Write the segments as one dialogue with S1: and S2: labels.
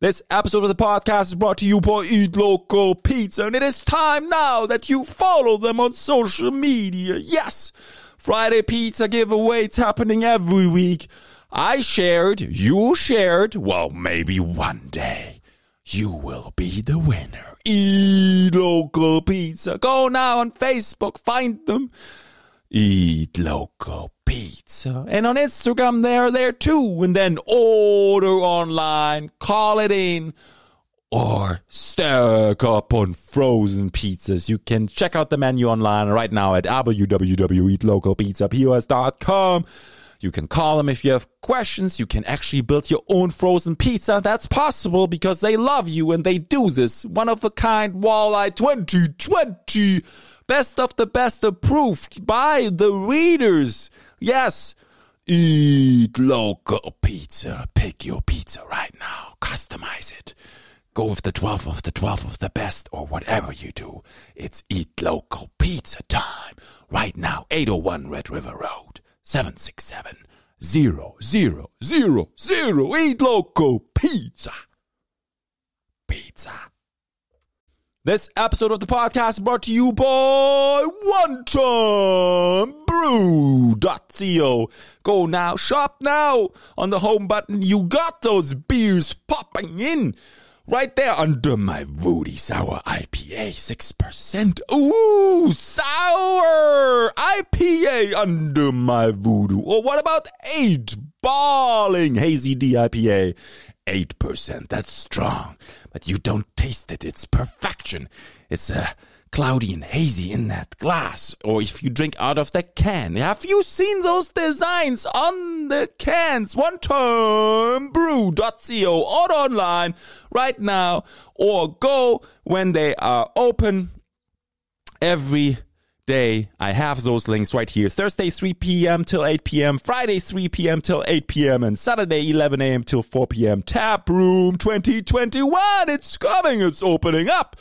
S1: This episode of the podcast is brought to you by Eat Local Pizza, and it is time now that you follow them on social media. Yes, Friday pizza giveaway it's happening every week. I shared, you shared. Well, maybe one day you will be the winner. Eat Local Pizza. Go now on Facebook, find them. Eat Local Pizza. And on Instagram, they're there too. And then order online, call it in, or stock up on frozen pizzas. You can check out the menu online right now at www.eatlocalpizzapos.com. You can call them if you have questions. You can actually build your own frozen pizza. That's possible because they love you and they do this. One of a kind walleye 2020. Best of the best approved by the readers. Yes. Eat local pizza. Pick your pizza right now. Customize it. Go with the 12 of the 12 of the best or whatever you do. It's eat local pizza time. Right now, 801 Red River Road, 767 0000. Eat local pizza. Pizza. This episode of the podcast is brought to you by OneTimeBrew.co. Go now, shop now. On the home button, you got those beers popping in. Right there under my Woody Sour IPA, 6%. Ooh, sour IPA under my voodoo. Or what about 8 Balling Hazy D IPA? 8%. That's strong, but you don't taste it. It's perfection. It's uh, cloudy and hazy in that glass, or if you drink out of the can. Have you seen those designs on the cans? One time brew.co or online right now, or go when they are open every day. I have those links right here. Thursday, 3 p.m. till 8 p.m. Friday, 3 p.m. till 8 p.m. And Saturday, 11 a.m. till 4 p.m. Tap Room 2021. It's coming. It's opening up.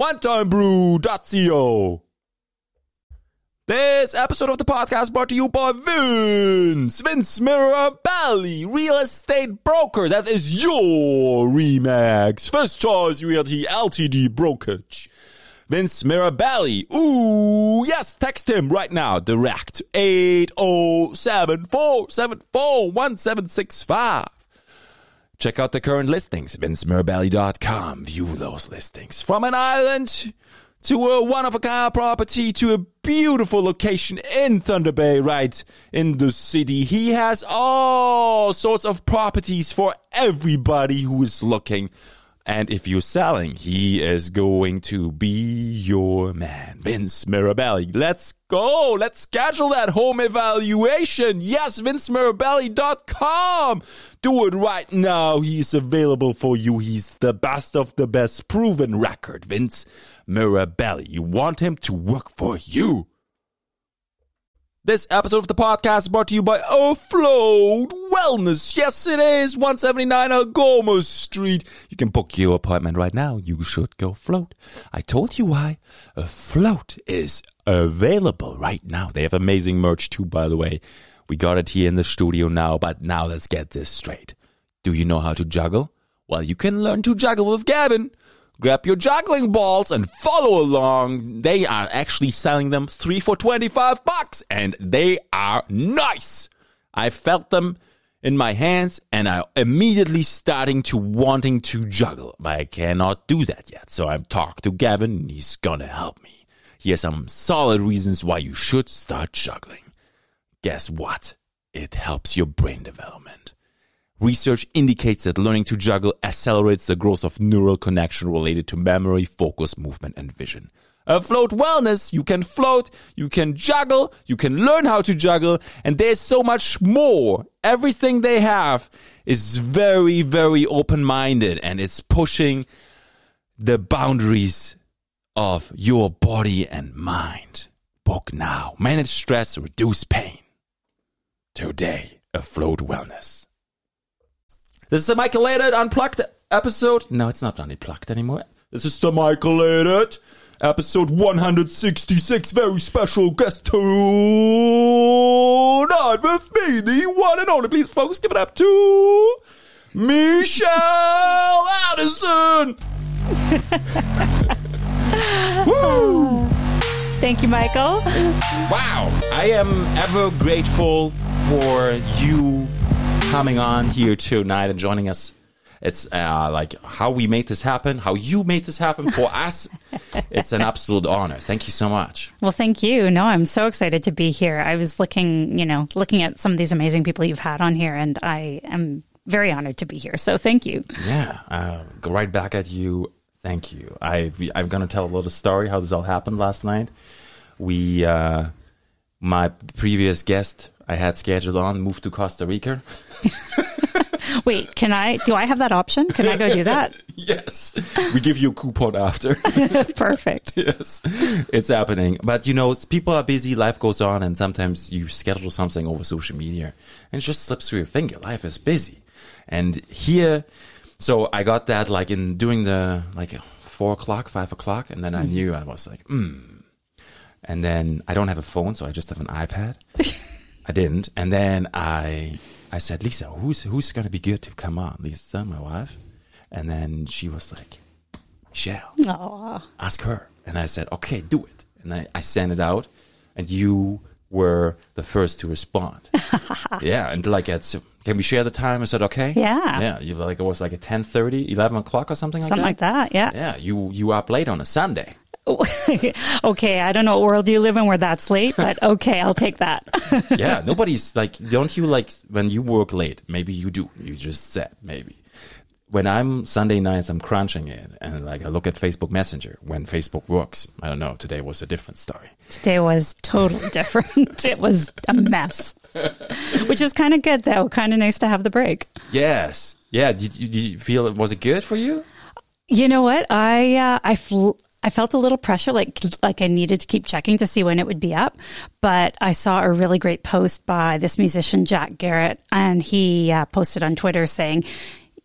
S1: OneTimeBrew.co. This episode of the podcast brought to you by Vince, Vince Mirabelli, real estate broker. That is your Remax. First choice realty LTD brokerage. Vince Mirabelli. Ooh, yes, text him right now, direct. 807 474 1765. Check out the current listings, vincemirabelli.com. View those listings. From an island to a one of a kind property to a beautiful location in Thunder Bay, right in the city. He has all sorts of properties for everybody who is looking. And if you're selling, he is going to be your man. Vince Mirabelli. Let's go. Let's schedule that home evaluation. Yes, vincemirabelli.com. Do it right now. He's available for you. He's the best of the best proven record. Vince Mirabelli. You want him to work for you. This episode of the podcast is brought to you by Offload Wellness. Yes, it is 179 Algoma Street. You can book your appointment right now. You should go float. I told you why. Float is available right now. They have amazing merch too, by the way. We got it here in the studio now, but now let's get this straight. Do you know how to juggle? Well, you can learn to juggle with Gavin. Grab your juggling balls and follow along. They are actually selling them three for 25 bucks and they are nice. I felt them in my hands and I immediately starting to wanting to juggle. But I cannot do that yet. So I've talked to Gavin and he's gonna help me. He has some solid reasons why you should start juggling. Guess what? It helps your brain development. Research indicates that learning to juggle accelerates the growth of neural connection related to memory, focus, movement, and vision. Uh, float wellness, you can float, you can juggle, you can learn how to juggle, and there's so much more. Everything they have is very, very open minded and it's pushing the boundaries of your body and mind. Book now. Manage stress, reduce pain. Today, afloat wellness. This is the Michael Lated Unplugged episode. No, it's not Unplugged anymore. This is the Michael Lated episode 166. Very special guest tonight with me, the one and only. Please, folks, give it up to Michelle Woo!
S2: Thank you, Michael.
S1: Wow! I am ever grateful for you coming on here tonight and joining us. It's uh, like how we made this happen, how you made this happen for us. It's an absolute honor. Thank you so much.
S2: Well, thank you. No, I'm so excited to be here. I was looking, you know, looking at some of these amazing people you've had on here, and I am very honored to be here. So thank you.
S1: Yeah, uh, go right back at you. Thank you. I I'm gonna tell a little story how this all happened last night. We, uh, my previous guest I had scheduled on moved to Costa Rica.
S2: Wait, can I? Do I have that option? Can I go do that?
S1: yes, we give you a coupon after.
S2: Perfect.
S1: yes, it's happening. But you know, s- people are busy. Life goes on, and sometimes you schedule something over social media, and it just slips through your finger. Life is busy, and here, so I got that like in doing the like four o'clock, five o'clock, and then I knew I was like, hmm. And then I don't have a phone, so I just have an iPad. I didn't, and then I I said, Lisa, who's who's gonna be good to come on? Lisa, my wife, and then she was like, Michelle
S2: Aw.
S1: ask her. And I said, okay, do it. And I, I sent it out, and you were the first to respond. yeah, and like, it's, can we share the time? I said, okay.
S2: Yeah.
S1: Yeah, you were like it was like at 10.30, 11 o'clock or something,
S2: Something
S1: like
S2: like
S1: that.
S2: that. Yeah.
S1: Yeah, you, you were up late on a Sunday.
S2: okay. I don't know what world you live in where that's late, but okay, I'll take that.
S1: yeah, nobody's like, don't you like when you work late? Maybe you do. You just said maybe. When I'm Sunday nights, I'm crunching it, and like I look at Facebook Messenger when Facebook works. I don't know. Today was a different story.
S2: Today was totally different. it was a mess, which is kind of good though. Kind of nice to have the break.
S1: Yes. Yeah. Did you, did you feel it? Was it good for you?
S2: You know what? I uh, I fl- I felt a little pressure, like like I needed to keep checking to see when it would be up. But I saw a really great post by this musician Jack Garrett, and he uh, posted on Twitter saying.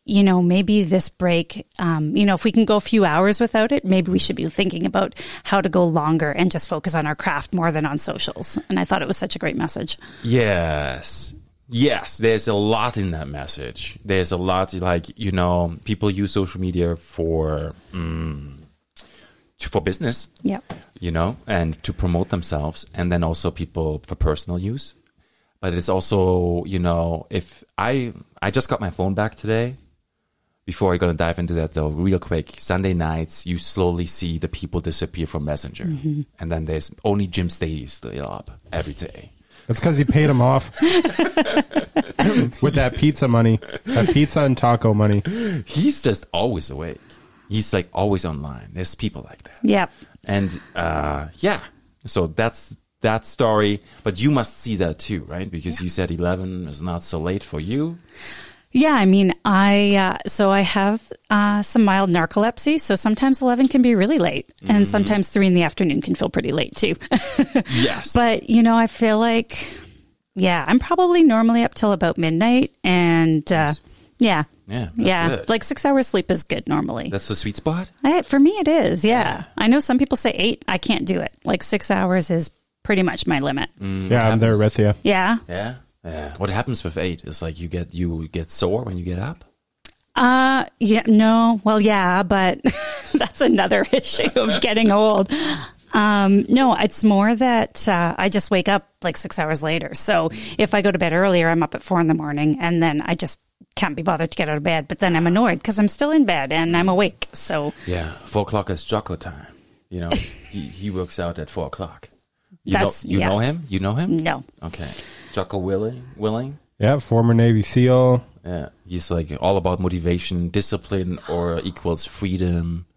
S2: You know, maybe this break, um, you know, if we can go a few hours without it, maybe we should be thinking about how to go longer and just focus on our craft more than on socials. And I thought it was such a great message.
S1: Yes. Yes. There's a lot in that message. There's a lot, like, you know, people use social media for, mm, to- for business,
S2: Yep.
S1: you know, and to promote themselves. And then also people for personal use. But it's also, you know, if I, I just got my phone back today. Before I gonna dive into that though, real quick, Sunday nights you slowly see the people disappear from Messenger, and then there's only Jim Stady still up every day.
S3: That's because he paid him off with that pizza money, that pizza and taco money.
S1: Mm, he's just always awake. He's like always online. There's people like that.
S2: Yep.
S1: And uh, yeah, so that's that story. But you must see that too, right? Because you said 11 is not so late for you.
S2: Yeah, I mean, I uh, so I have uh, some mild narcolepsy, so sometimes eleven can be really late,
S1: Mm-hmm.
S2: and sometimes three in the afternoon can feel pretty late too.
S1: Yes.
S2: but you know, I feel like, yeah, I'm probably normally up till about midnight, and uh, yeah,
S1: Yeah, that's
S2: yeah,
S1: good.
S2: like six hours sleep is good normally.
S1: that's the sweet spot.
S2: I, for me, it is. Yeah. I know some people say eight. I can't do it. Like six hours is pretty much my limit.
S1: Mm.
S3: Yeah, I'm there with you.
S2: Yeah.
S1: Yeah. Yeah. What happens with eight is like you get you get sore when you get up.
S2: Uh, yeah, no, well, yeah, but that's another issue of getting old. Um, no, it's more that uh, I just wake up like six hours later. So if I go to bed earlier, I'm up at four in the morning, and then I just can't be bothered to get out of bed. But then I'm annoyed because I'm still in bed and I'm awake. So
S1: Yeah. Four o'clock is Jocko time. You know, he, he works out at four o'clock. You
S2: That's-
S1: know, you
S2: yeah. Mm.
S1: know him. You know him.
S2: no,
S1: Okay. Jocko Willing. Willing.
S3: Yeah, former Navy SEAL.
S1: Yeah, he's like all about motivation, discipline, or equals freedom,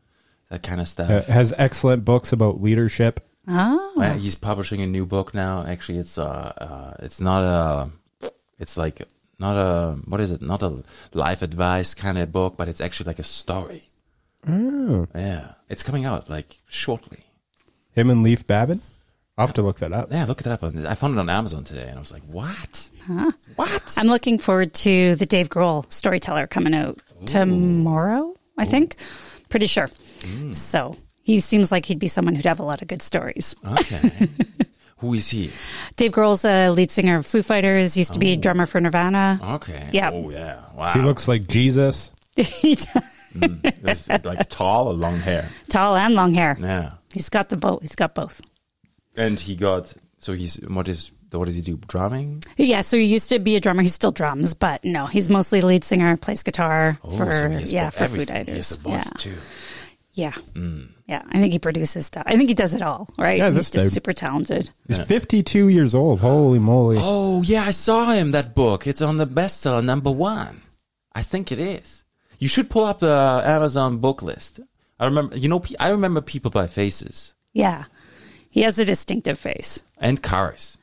S1: that kind of
S3: uh,
S1: stuff.
S3: has excellent books about leadership.
S1: Uh, he's publishing a new book now. Actually, it's uh, uh it's not a, it's like not a what is it? Not a life advice kind of book, but it's actually like a story. Yeah, it's coming out like shortly.
S3: Him and Leaf Babbitt. I'll have to look that up.
S1: Yeah, look it up. on- I found it on Amazon today, and I was like, what? What?
S2: I'm looking forward to the Dave Grohl storyteller coming out tomorrow, I think. Pretty sure. So he seems like he'd be someone who'd have a lot of good stories.
S1: Okay. Who is he?
S2: Dave Grohl's a lead singer of Foo Fighters, used to
S1: Oh.
S2: be drummer for Nirvana.
S1: Okay.
S2: Yeah.
S1: Oh yeah. Wow. Oh.
S3: He looks like Jesus.
S2: He does-
S1: It's like tall or long hair.
S2: Tall and long hair.
S1: Yeah.
S2: He's got the boat. He's got both.
S1: And he got so he's what is what does he do? Drumming?
S2: Yeah, so he used to be a drummer. He still drums, but no, he's mostly lead singer, plays guitar for
S1: Oh, so he has
S2: yeah
S1: both-
S2: for
S1: everything.
S2: Food
S1: He has Hmm.
S2: Idlers.
S1: a
S2: Yeah,
S1: voice too.
S2: yeah, yeah. I think he produces stuff. I think he does it all. Right?
S3: Yeah,
S2: he's
S3: this
S2: just
S3: dude.
S2: super talented.
S3: He's 52 years old. Holy moly.
S1: Oh yeah, I saw him that book. It's on the bestseller number one. I think it is. You should pull up the Amazon book list. I remember, you know, pe- I remember people by faces
S2: Yeah, he has a distinctive face.
S1: and cars.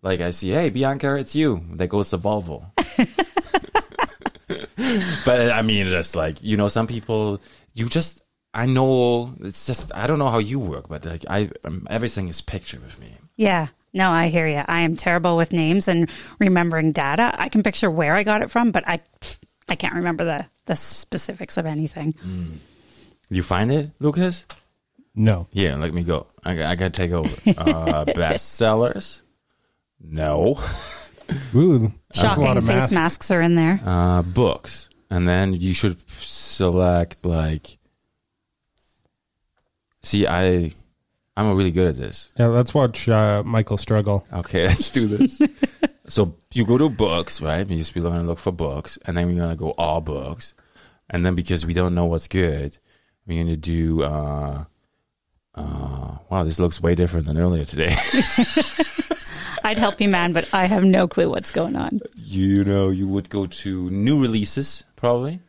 S1: Like I see, hey Bianca, it's you. There goes the Volvo. but I mean, just like you know, some people, you just, I know, it's just, I don't know how you work, but like I, um, everything is picture with me.
S2: Yeah. No, I hear you. I am terrible with names and remembering data. I can picture where I got it from, but I I can't remember the the specifics of anything.
S1: You find it, Lucas?
S3: No.
S1: Yeah, let me go. I, I gotta take over. Uh, bestsellers? No.
S3: Ooh. that's a lot
S2: Shocking
S3: of
S2: face
S3: masks.
S2: masks. are in there.
S1: Uh, books, and then you should select like. See, I, I'm really good at this.
S3: Yeah, let's watch uh, Michael struggle.
S1: Okay, let's do this. so you go to books, right? You just be going to look for books, and then we're gonna go all books, and then because we don't know what's good, we're gonna do. Uh, uh, wow, this looks way different than earlier today.
S2: I'd help you, man, but I have no clue what's going on.
S1: you know, you would go to new releases probably,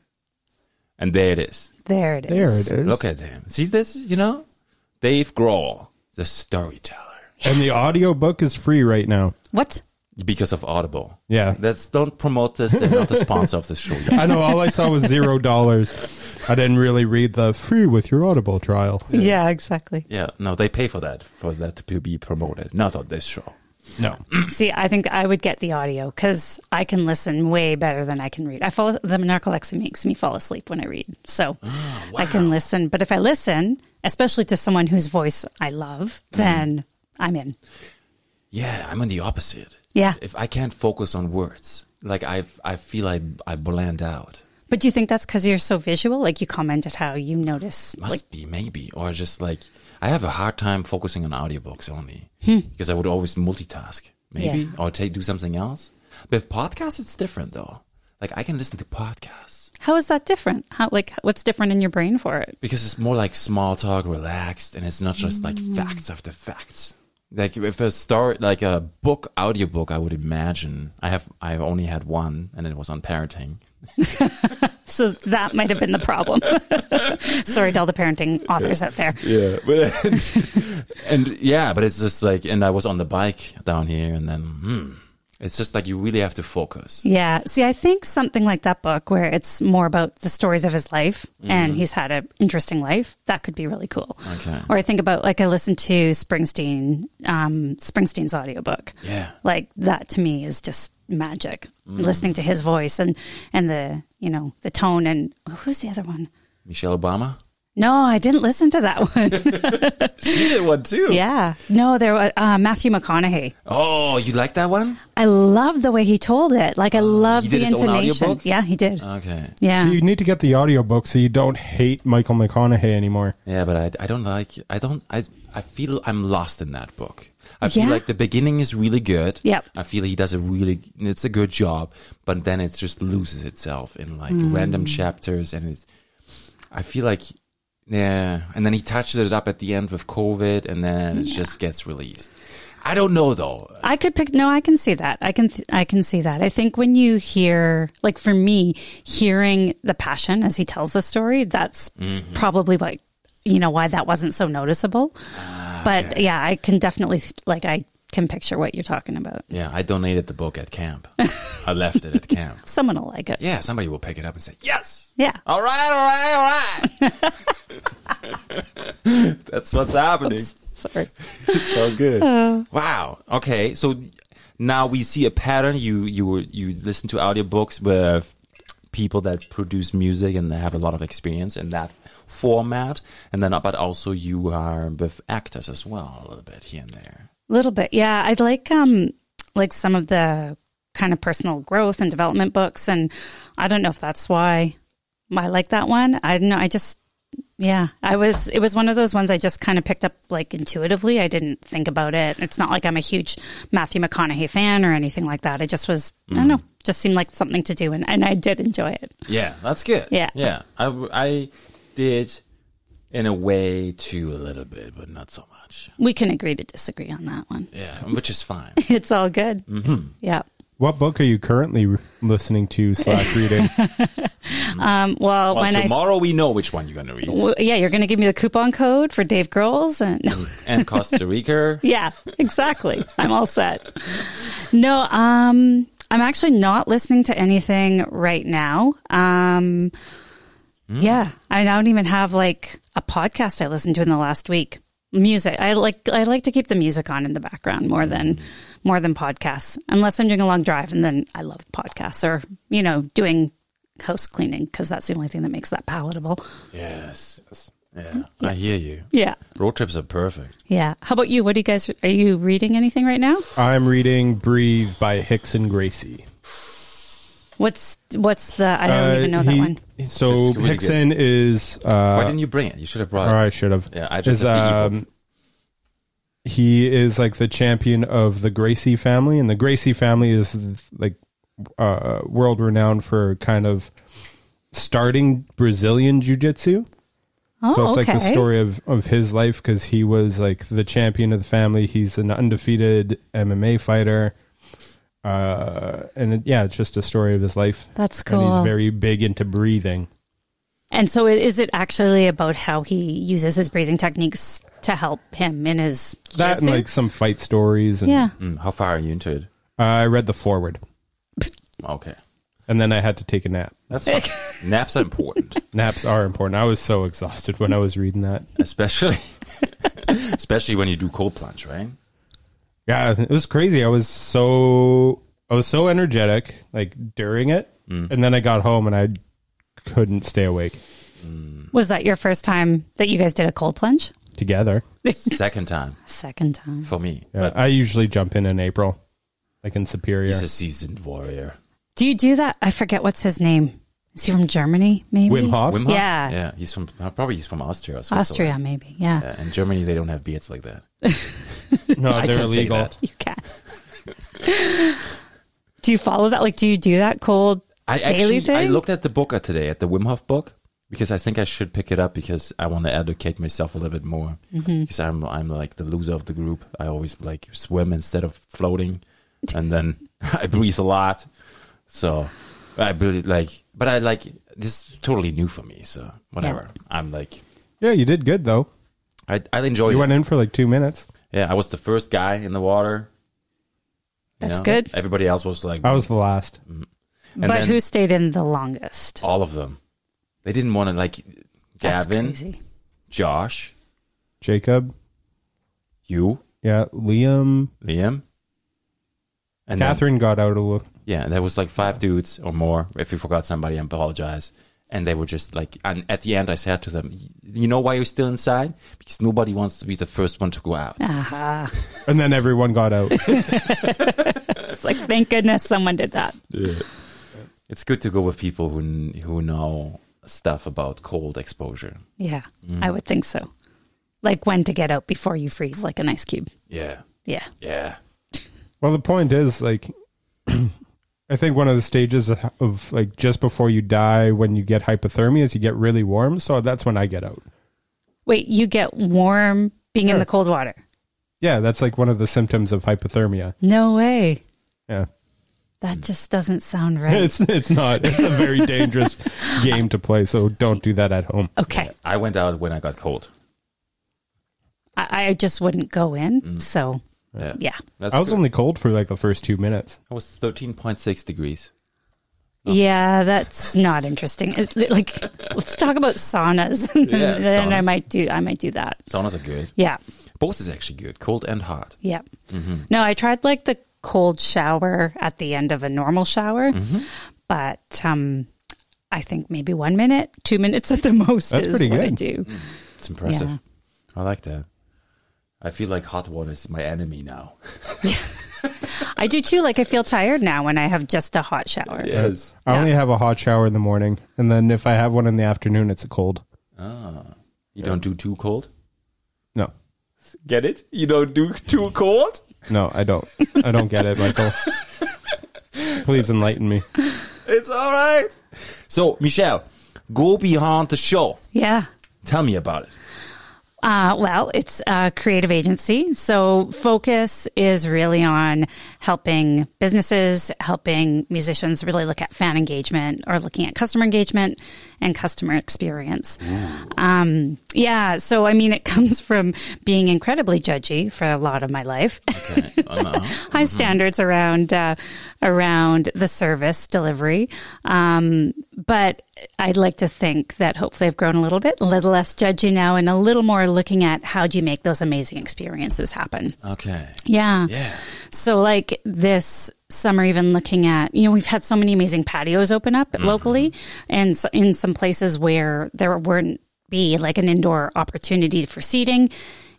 S1: and there it is.
S2: There it is.
S3: There it is.
S1: Look at them. See this? You know, Dave Grohl, the storyteller,
S3: And the audio book is free right now.
S2: What?
S1: because of Audible.
S3: Yeah.
S1: That's don't promote this. They're not the sponsor of this show. Yet.
S3: I know all I saw was zero dollars. I didn't really read the free with your Audible trial.
S2: Yeah, exactly.
S1: Yeah, no, they pay for that for that to be promoted, not on this show.
S3: No.
S2: See, I think I would get the audio because I can listen way better than I can read. I fall the narcolepsy makes me fall asleep when I read, so
S3: Ah,
S2: I can listen. But if I listen, especially to someone whose voice I love,
S3: Mm-hmm.
S2: then I'm in.
S1: Yeah, I'm on the opposite.
S2: Yeah.
S1: If I can't focus on words, like I, I feel I, I bland out.
S2: But do you think that's because you're so visual? Like you commented how you notice,
S1: Must
S2: like
S1: be maybe, or just like I have a hard time focusing on audiobooks only because I would always multitask, maybe,
S2: Hmm. Yeah.
S1: or take do something else. But with podcasts, it's different though. Like I can listen to podcasts
S2: how is that different? How like what's different in your brain for it?
S1: because it's more like small talk, relaxed, and it's not just like
S2: Mm.
S1: facts after facts. Like if a story, like a book, audiobook, I would imagine. I have, I only had one, and it was on parenting.
S2: So that might have been the problem. Sorry to all the parenting authors out there.
S1: Yeah, but and yeah, but it's just like, and I was on the bike down here, and then hmm, it's just like you really have to focus.
S2: Yeah. See, I think something like that book where it's more about the stories of his life and he's had an interesting life, that could be really cool.
S1: Mm. Okay.
S2: Or I think about like I listened to Springsteen, um, Springsteen's audiobook.
S1: Yeah. Mm.
S2: Like that to me is just magic. Listening to his voice and and the, you know, the tone and who's the other one?
S1: Michelle Obama.
S2: No, I didn't listen to that one.
S1: She did one too.
S2: yeah. No, there was uh, Matthew McConaughey.
S1: Oh, you like that one?
S2: I love the way he told it. Like I love
S1: Uh, did
S2: the
S1: his own
S2: intonation.
S1: audiobook? Uh,
S2: Yeah, he did.
S1: Okay.
S2: yeah.
S3: So you need to get the audio book so you don't hate Michael McConaughey anymore.
S1: Yeah, but I, I don't like I don't I I feel I'm lost in that book. I feel
S2: Yeah.
S1: like the beginning is really good.
S2: Yep.
S1: I feel he does a really it's a good job, but then it just loses itself in like
S2: Hmm.
S1: random chapters and it's I feel like yeah, and then he touches it up at the end with COVID and then it just gets released. I don't know though.
S2: I could pick. No, I can see that. I can. Th- I can see that. I think when you hear, like for me, hearing the passion as he tells the story, that's probably what you know why that wasn't so noticeable. But yeah, I can definitely s- like I can picture what you're talking about.
S1: Yeah, I donated the book at camp. I left it at camp.
S2: Someone will like it.
S1: Yeah, somebody will pick it up and say, "Yes."
S2: Yeah.
S1: All right, all right, all right. That's what's happening.
S2: Sorry.
S1: It's so good. wow. Okay, so now we see a pattern. You you you listen to audiobooks with people that produce music and they have a lot of experience in that format, and then but also you are with actors as well a little bit here and there.
S2: little bit yeah i like um like some of the kind of personal growth and development books and i don't know if that's why I like that one. I don't know. I just, yeah, I was, it was one of those ones I just kind of picked up like intuitively. I didn't think about it. It's not like I'm a huge Matthew McConaughey fan or anything like that. It just was, I
S1: Mm-hmm.
S2: don't know, just seemed like something to do. And, and I did enjoy it.
S1: Yeah, that's good.
S2: Yeah.
S1: Yeah. I, I did in a way too a little bit, but not so much.
S2: We can agree to disagree on that one.
S1: Yeah, Mm-hmm. which is fine.
S2: It's all good. Yeah.
S3: What book are you currently re- listening to slash reading?
S2: Um, well,
S1: Well,
S2: when I s-
S1: tomorrow we know which one you're going to read.
S2: w- yeah, you're going to give me the coupon code for Dave Grohl's and
S1: and Costa Rica.
S2: Yeah, exactly. I'm all set. No, um, I'm actually not listening to anything right now. Um, Yeah, I don't even have like a podcast I listened to in the last week. Music, I like. I like to keep the music on in the background more than more than podcasts, unless I'm doing a long drive, and then I love podcasts or you know doing house cleaning because that's the only thing that makes that palatable.
S1: Yes. Yeah, I hear you.
S2: Yeah,
S1: Road trips are perfect.
S2: yeah. How about you? What do you guys? Are you reading anything right now?
S3: I'm reading Breathe by Hicks and Gracie.
S2: What's what's the I don't
S3: Uh,
S2: even know that
S3: he-
S2: one.
S3: So
S1: It's really
S3: Hickson is. Uh,
S1: Why didn't you bring it? You should have brought
S3: or
S1: it.
S3: I should have.
S1: Yeah, I just
S3: is, um,
S1: have the ebook.
S3: he is like the champion of the Gracie family, and the Gracie family is like uh, world renowned for kind of starting Brazilian jiu jitsu.
S2: Oh,
S3: so it's
S2: okay.
S3: like the story of, of his life because he was like the champion of the family. He's an undefeated MMA fighter. Uh, and it, yeah, it's just a story of his life.
S2: That's
S3: And
S2: cool.
S3: he's very big into breathing.
S2: And so, i- is it actually about how he uses his breathing techniques to help him in his
S3: That and
S2: jiu-jitsu?
S3: like some fight stories. And,
S2: yeah?
S1: Mm, how far are you into it?
S3: I read the forward
S1: Okay.
S3: and then I had to take a nap.
S1: That's fine. Naps are important,
S3: Naps are important. I was so exhausted when I was reading that.
S1: especially especially when you do cold plunge, right?
S3: Yeah, it was crazy. I was so I was so energetic like during it,
S1: Mm.
S3: and then I got home and I couldn't stay awake
S2: Was that your first time that you guys did a cold plunge?
S3: together.
S1: Second time
S2: Second time.
S1: for me.
S3: Yeah,
S1: But
S3: I usually jump in in April, like in Superior.
S1: he's a seasoned warrior.
S2: Do you do that? I forget what's his name. Is he from Germany? Maybe
S3: Wim Hof.
S1: Wim Hof?
S2: Yeah.
S1: Yeah. He's from probably he's from Austria or Switzerland.
S2: Austria, maybe. Yeah,
S1: Yeah, in Germany they don't have beards like that.
S3: No,
S1: I
S3: they're
S1: can't say
S3: illegal.
S1: that.
S2: you can. do you follow that? Like, do you do that cold
S1: I
S2: daily
S1: actually
S2: thing?
S1: I looked at the book uh, today at the Wim Hof book because I think I should pick it up because I want to educate myself a little bit more
S2: Mm-hmm.
S1: because I'm I'm like the loser of the group. I always like swim instead of floating, and then I breathe a lot. So I really like, but I like this is totally new for me. So whatever, I'm like
S3: Yeah, you did good though.
S1: I I enjoy
S3: You
S1: it.
S3: went in for like two minutes.
S1: yeah, I was the first guy in the water. you
S2: That's good.
S1: Everybody else was like
S3: I was the last.
S1: Mm. and
S2: but
S1: then
S2: who stayed in the longest?
S1: all of them. They didn't want to like
S2: That's
S1: Gavin,
S2: crazy.
S1: Josh,
S3: Jacob.
S1: you,
S3: Yeah, Liam.
S1: Liam, and then-
S3: Catherine got out a little.
S1: yeah, there was like five dudes or more. If you forgot somebody, I apologize. And they were just like, and at the end, I said to them, "You know why you're still inside? Because nobody wants to be the first one to go out."
S2: Aha.
S3: And then everyone got out.
S2: It's like, thank goodness someone did that.
S1: It's good to go with people who kn- who know stuff about cold exposure.
S2: Yeah, I would think so. Like when to get out before you freeze, like an ice cube.
S1: Yeah,
S2: Yeah.
S1: yeah,
S3: Well, the point is, like, I think one of the stages of like just before you die, when you get hypothermia, is you get really warm. So that's when I get out.
S2: Wait, you get warm being in the cold water?
S3: Yeah, that's like one of the symptoms of hypothermia.
S2: No way.
S3: Yeah,
S2: That just doesn't sound right.
S3: it's it's not. It's a very dangerous game to play. So don't do that at home.
S2: Okay.
S1: I went out when I got cold.
S2: I, I just wouldn't go in.
S1: Mm.
S2: So,
S1: Yeah,
S2: yeah.
S1: That's
S3: I was
S1: good.
S3: only cold for like the first two minutes.
S1: I was thirteen point six degrees. Oh.
S2: Yeah, that's not interesting. It's li- like, let's talk about saunas. and
S1: Yeah,
S2: then I
S1: saunas.
S2: might do, I might do that.
S1: Saunas are good.
S2: Yeah.
S1: Both is actually good, cold and hot.
S2: Yeah.
S3: Mm-hmm.
S2: No, I tried like the cold shower at the end of a normal shower,
S3: Mm-hmm.
S2: but um, I think maybe one minute, two minutes at the most
S3: That's
S2: is
S3: pretty
S2: what I
S3: good.
S2: do.
S1: It's impressive.
S2: Yeah.
S1: I like that. I feel like hot water is my enemy now.
S2: I do too. Like I feel tired now when I have just a hot shower.
S4: Yes.
S3: I
S2: Yeah.
S3: only have a hot shower in the morning, and then if I have one in the afternoon, it's a cold.
S1: You don't do too cold.
S3: No,
S4: Get it? You don't do too cold?
S3: no, I don't. I don't get it, Michael. Please enlighten me.
S4: It's all right.
S1: So Michelle, go behind the show.
S2: Yeah.
S1: Tell me about it.
S2: Uh, well, it's a creative agency. So, focus is really on helping businesses, helping musicians really look at fan engagement or looking at customer engagement and customer experience. Um, yeah. So, I mean, it comes from being incredibly judgy for a lot of my life high standards around uh, around the service delivery. Um, but I'd like to think that hopefully I've grown a little bit, a little less judgy now, and a little more looking at how do you make those amazing experiences happen.
S1: Okay.
S2: Yeah.
S1: Yeah.
S2: So like this summer, even looking at you know we've had so many amazing patios open up
S1: Mm-hmm.
S2: locally, and so in some places where there wouldn't be like an indoor opportunity for seating.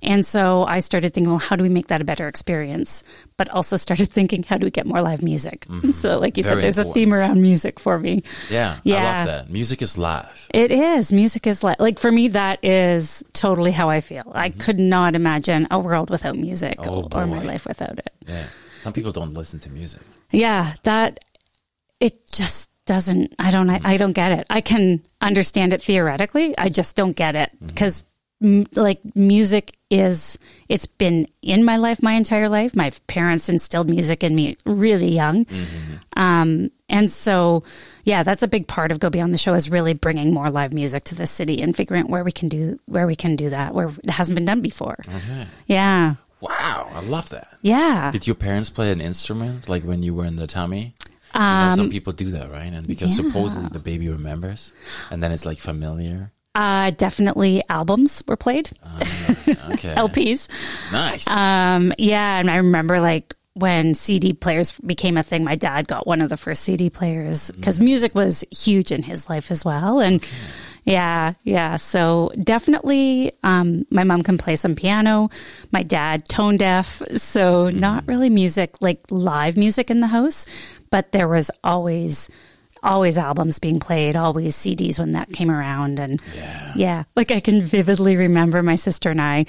S2: And so I started thinking, well, how do we make that a better experience? But also started thinking, how do we get more live music? So, like
S1: Mm-hmm. Very
S2: you said, there's a
S1: important.
S2: theme around music for me.
S1: Yeah. I
S2: Yeah.
S1: love that. Music is live.
S2: It is. Music is like, like for me, that is totally how I feel. I could not imagine a world without music
S1: Mm-hmm. Oh,
S2: or my
S1: boy.
S2: life without it.
S1: Yeah. Some people don't listen to music.
S2: Yeah, that it just doesn't. I don't. I, I don't get it. I can understand it theoretically. I just don't get it because m- like music is. It's been in my life my entire life. My parents instilled music in me really young, um, and so yeah, that's a big part of Go Beyond the Show is really bringing more live music to the city and figuring out where we can do where we can do that where it hasn't been done before. Yeah,
S1: Wow. I love that.
S2: yeah.
S1: Did your parents play an instrument like when you were in the tummy? You know, some people do that, right? And because supposedly the baby remembers, and then it's like familiar.
S2: Uh, definitely albums were played,
S1: Okay,
S2: LPs.
S1: nice.
S2: Um, yeah, and I remember like when CD players became a thing, my dad got one of the first CD players because music was huge in his life as well. And yeah, yeah. So definitely, um, my mom can play some piano. My dad tone deaf, so not really music like live music in the house, but there was always. Always albums being played, always CDs when that came around, and
S1: yeah.
S2: yeah. Like I can vividly remember my sister and I.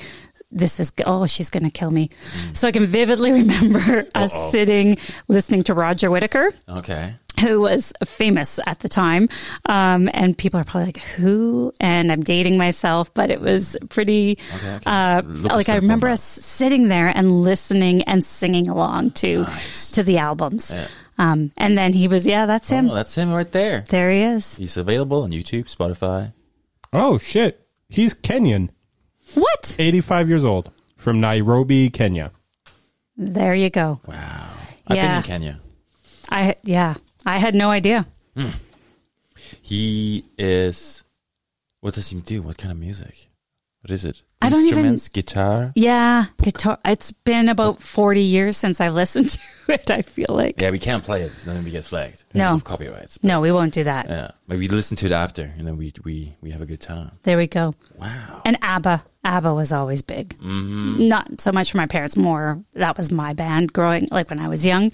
S2: This is, oh, she's going to kill me. So I can vividly remember us sitting listening to Roger Whittaker,
S1: Okay.
S2: who was famous at the time. Um, and people are probably like, who? And I'm dating myself, but it was pretty,
S1: Okay, okay.
S2: uh,
S1: Look
S2: like I
S1: us up
S2: remember
S1: on
S2: us sitting there and listening and singing along to, to the albums. Um, and then he was, yeah, that's him.
S1: Oh, that's him right there.
S2: there he is.
S1: He's available on YouTube, Spotify.
S3: Oh shit! He's Kenyan,
S2: What?
S3: eighty-five years old, from Nairobi, Kenya.
S2: There you go.
S1: Wow. I've been
S2: Yeah.
S1: in Kenya.
S2: I yeah, I had no idea.
S1: He is. What does he do? What kind of music? What is it?
S2: I don't even-
S1: Instruments, guitar.
S2: Yeah, guitar. It's been about forty years since I've listened to it. I feel like
S1: Yeah, we can't play it. Then we get flagged.
S2: No.
S1: because of copyrights.
S2: no, we won't do that.
S1: Yeah, maybe listen to it after, and then we we we have a good time.
S2: There we go.
S1: Wow.
S2: And ABBA. ABBA was always big. Mm-hmm. Not so much for my parents. More that was my band growing, like when I was young.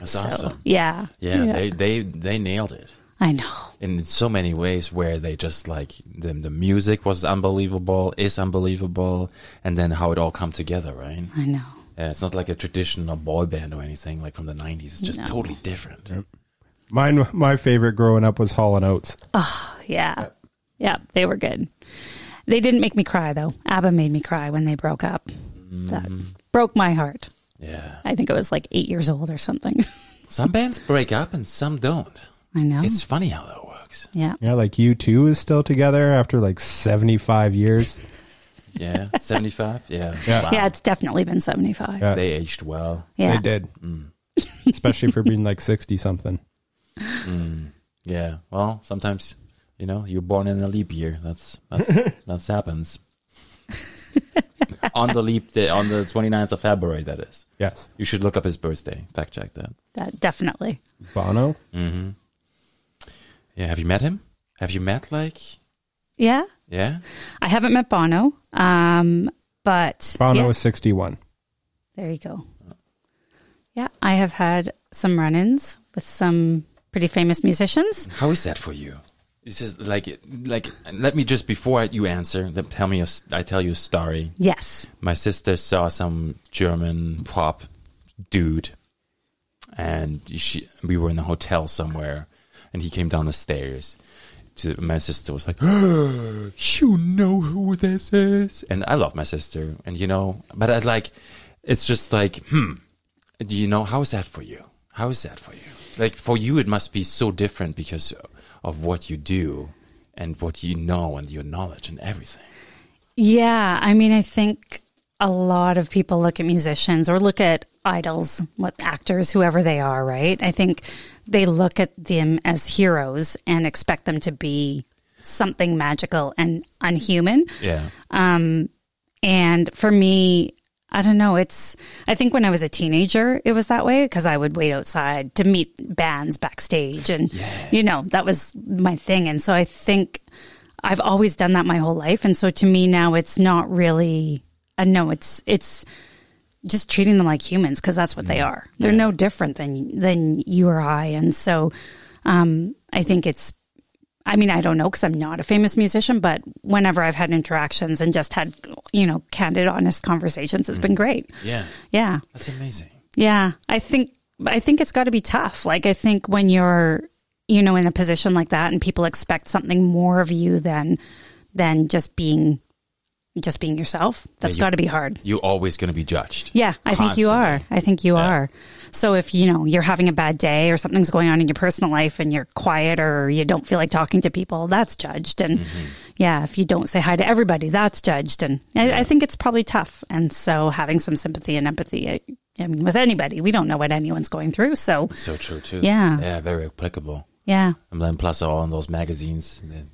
S1: That's
S2: so
S1: awesome.
S2: yeah,
S1: Yeah, they they they nailed it
S2: I know.
S1: in so many ways where they just like the the music was unbelievable, is unbelievable, and then how it all come together, right?
S2: I know.
S1: Yeah, it's not like a traditional boy band or anything like from the '90s. It's just totally different.
S3: Mine, my favorite growing up was Hall and Oates.
S2: Yeah, yeah, they were good. They didn't make me cry though. ABBA made me cry when they broke up. That
S1: Mm-hmm.
S2: broke my heart.
S1: Yeah,
S2: I think I was like eight years old or something.
S1: some bands break up and some don't.
S2: I know.
S1: It's funny how that works.
S2: yeah.
S3: Yeah, like you two is still together after like seventy-five years.
S1: Yeah, seventy-five. Yeah,
S3: Yeah.
S1: Wow.
S2: Yeah, it's definitely been 75. Yeah.
S3: Yeah.
S1: they aged well.
S3: They did,
S2: Mm.
S3: especially for being like sixty something.
S1: Yeah. Well, sometimes you know you're born in a leap year. That's that's that's happens. on the leap day, on the 29th of February, that is.
S3: Yes,
S1: You should look up his birthday. Fact check that.
S2: That definitely.
S3: Bono.
S1: Yeah. Have you met him? Have you met like?
S2: Yeah.
S1: Yeah.
S2: I haven't met Bono. Um, but
S3: Bono
S2: yeah,
S3: is sixty-one.
S2: there you go. Yeah, I have had some run ins with some pretty famous musicians.
S1: How is that for you? It's just like like let me just before I, you answer, let, tell me a s I tell you a story.
S2: Yes.
S1: My sister saw some German pop dude, and she we were in a hotel somewhere, and he came down the stairs. To, my sister was like, "You know who this is?" And I love my sister, and you know, but I like, it's just like, hmm, do you know how is that for you? How is that for you? Like for you, it must be so different because of what you do and what you know and your knowledge and everything.
S2: Yeah. I mean, I think a lot of people look at musicians or look at idols, what actors, whoever they are, right? I think they look at them as heroes and expect them to be something magical and unhuman.
S1: Yeah.
S2: And for me, I don't know. It's, I think when I was a teenager, it was that way because I would wait outside to meet bands backstage. And, you know, that was my thing. And so I think I've always done that my whole life. And so to me now, it's not really, I know it's, it's, just treating them like humans because that's what they are. They're no different than than you or I, and so um, I think it's. I mean, I don't know because I'm not a famous musician, but whenever I've had interactions and just had you know candid, honest conversations, it's been great.
S1: Yeah.
S2: Yeah,
S1: That's amazing.
S2: yeah. I think I think it's got to be tough. Like I think when you're you know in a position like that and people expect something more of you than than just being just being yourself, that's
S1: you-
S2: got to be hard.
S1: You're always going to be judged.
S2: Yeah, I think you are.
S1: Constantly.
S2: I think you
S1: Yeah.
S2: are. So if you know you're having a bad day or something's going on in your personal life and you're quiet or you don't feel like talking to people, that's judged. And
S1: Mm-hmm.
S2: yeah, if you don't say hi to everybody, that's judged. And I, I think it's probably tough. And so having some sympathy and empathy, I, I mean, with anybody, we don't know what anyone's going through. So
S1: So true too.
S2: Yeah.
S1: Yeah. Very applicable.
S2: yeah,
S1: And then plus all in those magazines, they,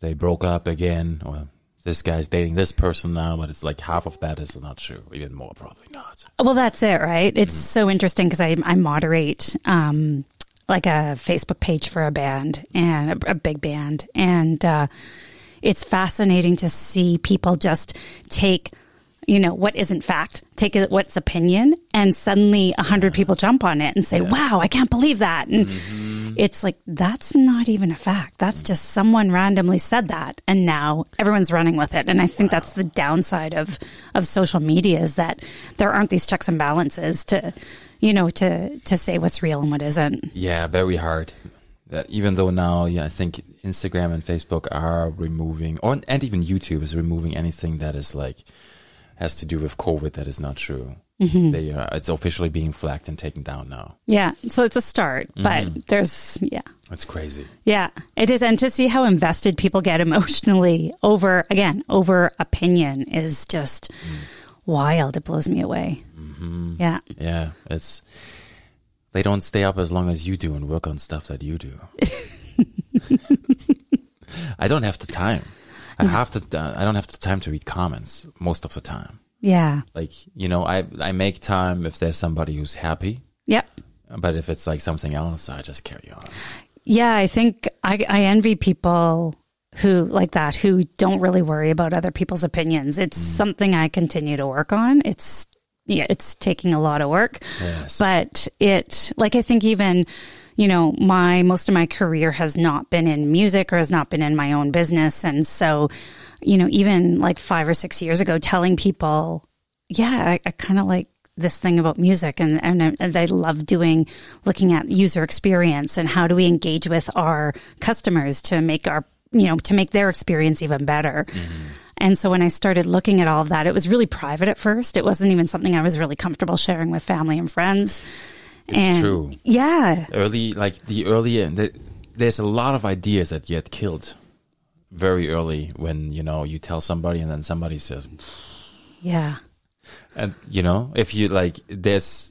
S1: they broke up again. Or this guy's dating this person now, but it's like half of that is not true. Even more probably not.
S2: Well, that's it, right? It's so interesting because I, I moderate um, like a Facebook page for a band and a, a big band. And uh, it's fascinating to see people just take, you know, what isn't fact, take it, what's opinion, and suddenly a 100 people jump on it and say, wow, I can't believe that. And it's like, that's not even a fact. That's just someone randomly said that. And now everyone's running with it. And I think that's the downside of, of social media is that there aren't these checks and balances to, you know, to, to say what's real and what isn't.
S1: Yeah, very hard. Uh, even though now, yeah, I think Instagram and Facebook are removing, or and even YouTube is removing anything that is like has to do with COVID that is not true.
S2: Mm-hmm.
S1: They are, it's officially being flagged and taken down now.
S2: Yeah. So it's a start, but there's, yeah.
S1: That's crazy.
S2: Yeah, it is. And to see how invested people get emotionally over, again, over opinion is just wild. It blows me away. Yeah.
S1: Yeah, it's they don't stay up as long as you do and work on stuff that you do. I don't have the time. I have to. uh, I don't have the time to read comments most of the time.
S2: Yeah.
S1: Like you know, I I make time if there's somebody who's happy
S2: Yep.
S1: But if it's like something else, I just carry on.
S2: Yeah. I think I, I envy people who like that, who don't really worry about other people's opinions. It's something I continue to work on. It's, yeah, it's taking a lot of work.
S1: Yes.
S2: but it like i think even you know my most of my career has not been in music or has not been in my own business and so you know even like five or six years ago telling people yeah i, I kind of like this thing about music and, and, I, and I love doing looking at user experience and how do we engage with our customers to make our you know to make their experience even better
S1: Mm-hmm.
S2: and so when I started looking at all of that, it was really private at first. It wasn't even something I was really comfortable sharing with family and friends. It's
S1: true.
S2: Yeah.
S1: early, like the earlier, the, there's a lot of ideas that get killed very early when you know you tell somebody and then somebody says,
S2: Yeah.
S1: and you know if you like, there's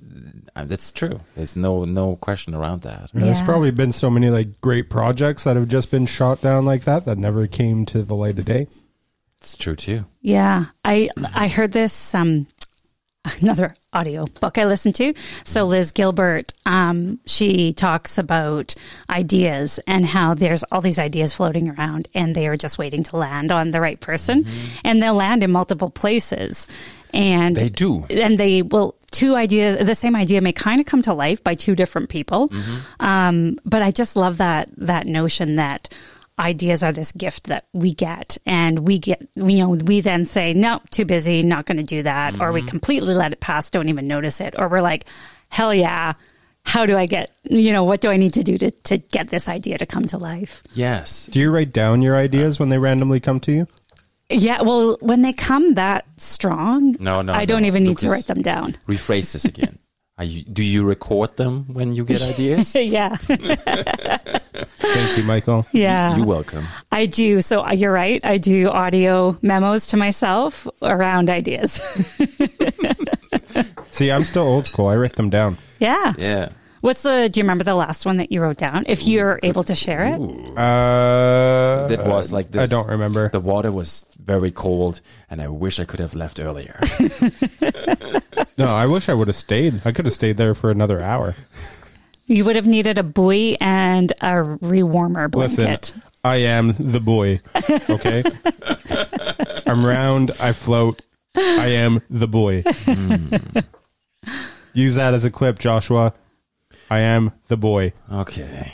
S1: uh, that's true. There's no no question around that.
S3: And There's
S2: Yeah.
S3: probably been so many like great projects that have just been shot down like that that never came to the light of day.
S1: It's true too.
S2: Yeah. I
S1: Mm-hmm.
S2: I heard this um another audio book I listened to.
S1: Mm-hmm.
S2: So Liz Gilbert, um, she talks about ideas and how there's all these ideas floating around and they are just waiting to land on the
S1: Mm-hmm.
S2: right person. And they'll land in multiple places. And
S1: They do.
S2: and they will two ideas, the same idea may kind of come to life by two different people.
S1: Mm-hmm.
S2: Um, but I just love that, that notion that ideas are this gift that we get and we get, we, you know, we then say, no, too busy, not going to do that. Or
S1: Mm-hmm.
S2: we completely let it pass, don't even notice it. Or we're like, hell yeah. How do I get, you know, what do I need to do to, to get this idea to come to life?
S1: Yes.
S3: Do you write down your ideas when they randomly come to you?
S2: Yeah, well, when they come that strong,
S1: No, no,
S2: I don't
S1: no,
S2: even need to
S1: Lucas.
S2: write them down.
S1: Rephrase this again. Are you, do you record them when you get ideas?
S2: yeah,
S3: Thank you, Michael.
S2: yeah,
S1: You're welcome.
S2: I do. So uh, you're right. I do audio memos to myself around ideas.
S3: See, I'm still old school. I write them down.
S2: yeah.
S1: Yeah.
S2: What's the? Do you remember the last one that you wrote down? If you're able to share it,
S3: Uh,
S1: That was like this.
S3: I don't remember.
S1: The water was very cold, and I wish I could have left earlier.
S3: No, I wish I would have stayed. I could have stayed there for another hour.
S2: you would have needed a buoy and a rewarmer
S3: Listen,
S2: blanket.
S3: I am the boy. Okay, I'm round. I float. I am the boy.
S2: Hmm.
S3: Use that as a clip, Joshua. I am the boy,
S1: okay.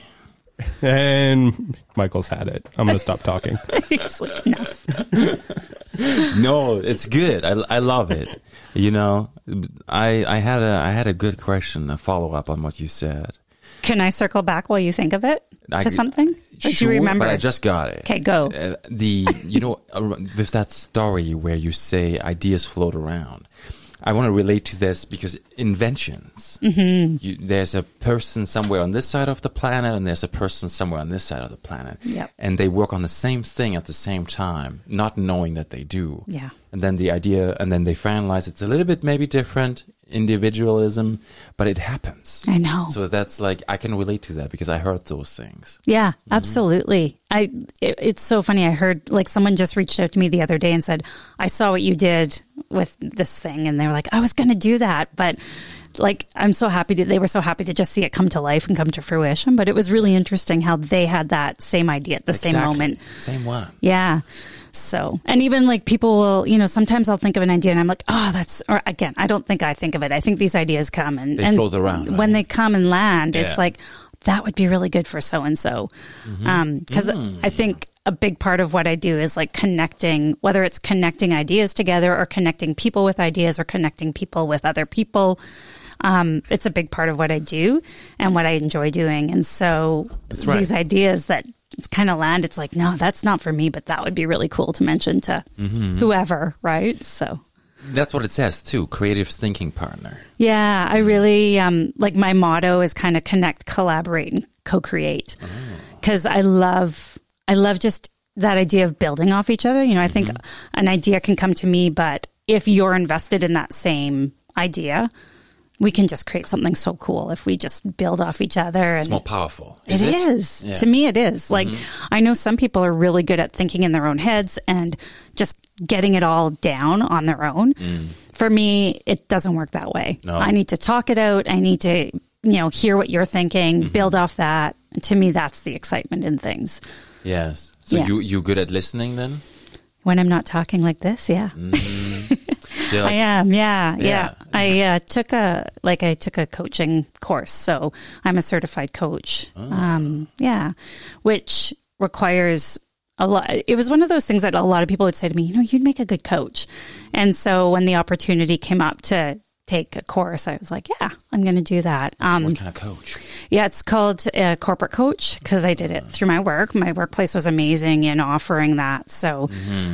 S3: and Michael's had it. I'm gonna stop talking.
S2: It's like, enough.
S1: No, it's good. I, I love it. You know, I I had a I had a good question, a follow up on what you said.
S2: Can I circle back while you think of it
S1: I-
S2: to something? Or do
S1: Sure,
S2: you remember?
S1: But I just got it.
S2: okay, go.
S1: Uh, the you know uh, with that story where you say ideas float around i want to relate to this because inventions
S2: Mm-hmm.
S1: you, there's a person somewhere on this side of the planet and there's a person somewhere on this side of the planet
S2: Yep.
S1: and they work on the same thing at the same time not knowing that they do
S2: Yeah.
S1: and then the idea and then they finalize it's a little bit maybe different individualism but it happens
S2: I know.
S1: so that's like i can relate to that because i heard those things
S2: Yeah,
S1: Mm-hmm.
S2: absolutely. I it, it's so funny. I heard like someone just reached out to me the other day and said, "I saw what you did with this thing," and they were like, "I was going to do that," but like I'm so happy to, they were so happy to just see it come to life and come to fruition. But it was really interesting how they had that same idea at the same
S1: Exactly.
S2: moment.
S1: same one
S2: Yeah. So, and even like people will, you know, sometimes I'll think of an idea and I'm like, oh, that's, or again, I don't think I think of it. I think these ideas come and,
S1: They
S2: and
S1: float around, right?
S2: When they come and land,
S1: Yeah. Mm-hmm.
S2: it's like, that would be really good for so and so. Um, cause
S1: Mm.
S2: I think a big part of what I do is like connecting, whether it's connecting ideas together or connecting people with ideas or connecting people with other people. Um, it's a big part of what I do and what I enjoy doing. And so
S1: That's right.
S2: these ideas that it's kind of land, it's like, no, that's not for me, but that would be really cool to mention to
S1: Mm-hmm.
S2: whoever, right? So
S1: That's what it says too. Creative thinking partner.
S2: yeah, I really um, like my motto is kind of connect, collaborate, and co-create because I love I love just that idea of building off each other. You know, I think an idea can come to me, but if you're invested in that same idea, we can just create something so cool if we just build off each other. And
S1: It's more powerful.
S2: it Mm-hmm. is. To me, it is. Like, I know some people are really good at thinking in their own heads and just getting it all down on their own. For me, it doesn't work that way.
S1: No.
S2: I need to talk it out. I need to, you know, hear what you're thinking, build off that. To me, that's the excitement in things.
S1: Yes. So
S2: Yeah.
S1: you you good at listening then?
S2: When I'm not talking like this, yeah.
S1: Yeah.
S2: I am. Yeah,
S1: Yeah.
S2: yeah. I uh, took a like I took a coaching course, so I'm a certified coach. Um, yeah, which requires a lot. It was one of those things that a lot of people would say to me, you know, you'd make a good coach. And so when the opportunity came up to take a course, I was like, yeah, I'm going to do that. Um,
S1: what kind of coach?
S2: yeah, it's called uh, corporate coach because I did it through my work. My workplace was amazing in offering that. So,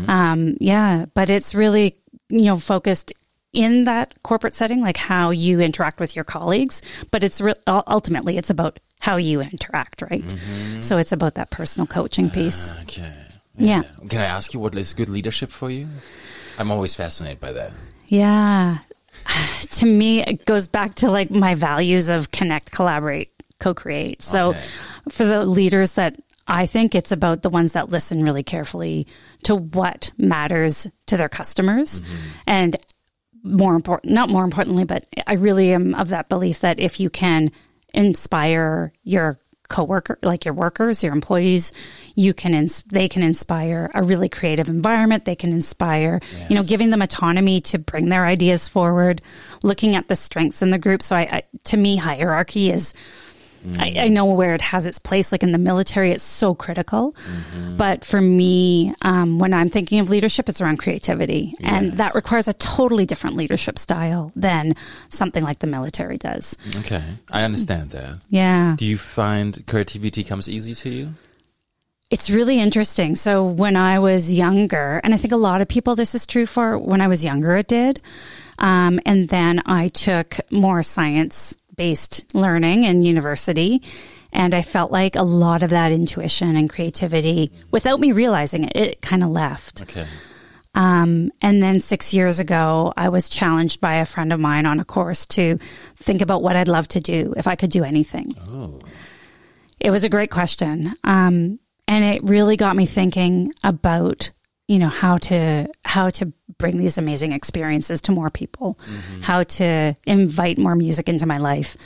S2: um, yeah, but it's really you know focused in that corporate setting, like how you interact with your colleagues. But it's re- ul- ultimately it's about how you interact, right? So it's about that personal coaching piece.
S1: Okay.
S2: Yeah.
S1: Can I ask you what is good leadership for you? I'm always fascinated by that.
S2: Yeah. to me, it goes back to like my values of connect, collaborate, co create. So
S1: Okay.
S2: for the leaders that I think it's about the ones that listen really carefully to what matters to their customers and more important, not more importantly, but I really am of that belief that if you can inspire your coworker, like your workers, your employees, you can ins- they can inspire a really creative environment. They can inspire, you know, giving them autonomy to bring their ideas forward, looking at the strengths in the group. So I, I to me, hierarchy is. I, I know where it has its place. Like in the military, it's so critical. But for me, um, when I'm thinking of leadership, it's around creativity. And that requires a totally different leadership style than something like the military does.
S1: Okay, I understand that.
S2: Yeah.
S1: Do you find creativity comes easy to you?
S2: It's really interesting. So when I was younger, and I think a lot of people this is true for when I was younger, it did. Um, and then I took more science based learning in university. And I felt like a lot of that intuition and creativity, without me realizing it, it kind of left.
S1: Okay.
S2: Um, and then six years ago, I was challenged by a friend of mine on a course to think about what I'd love to do if I could do anything.
S1: Oh,
S2: It was a great question. Um, and it really got me thinking about, you know, how to how to bring these amazing experiences to more people, how to invite more music into my life.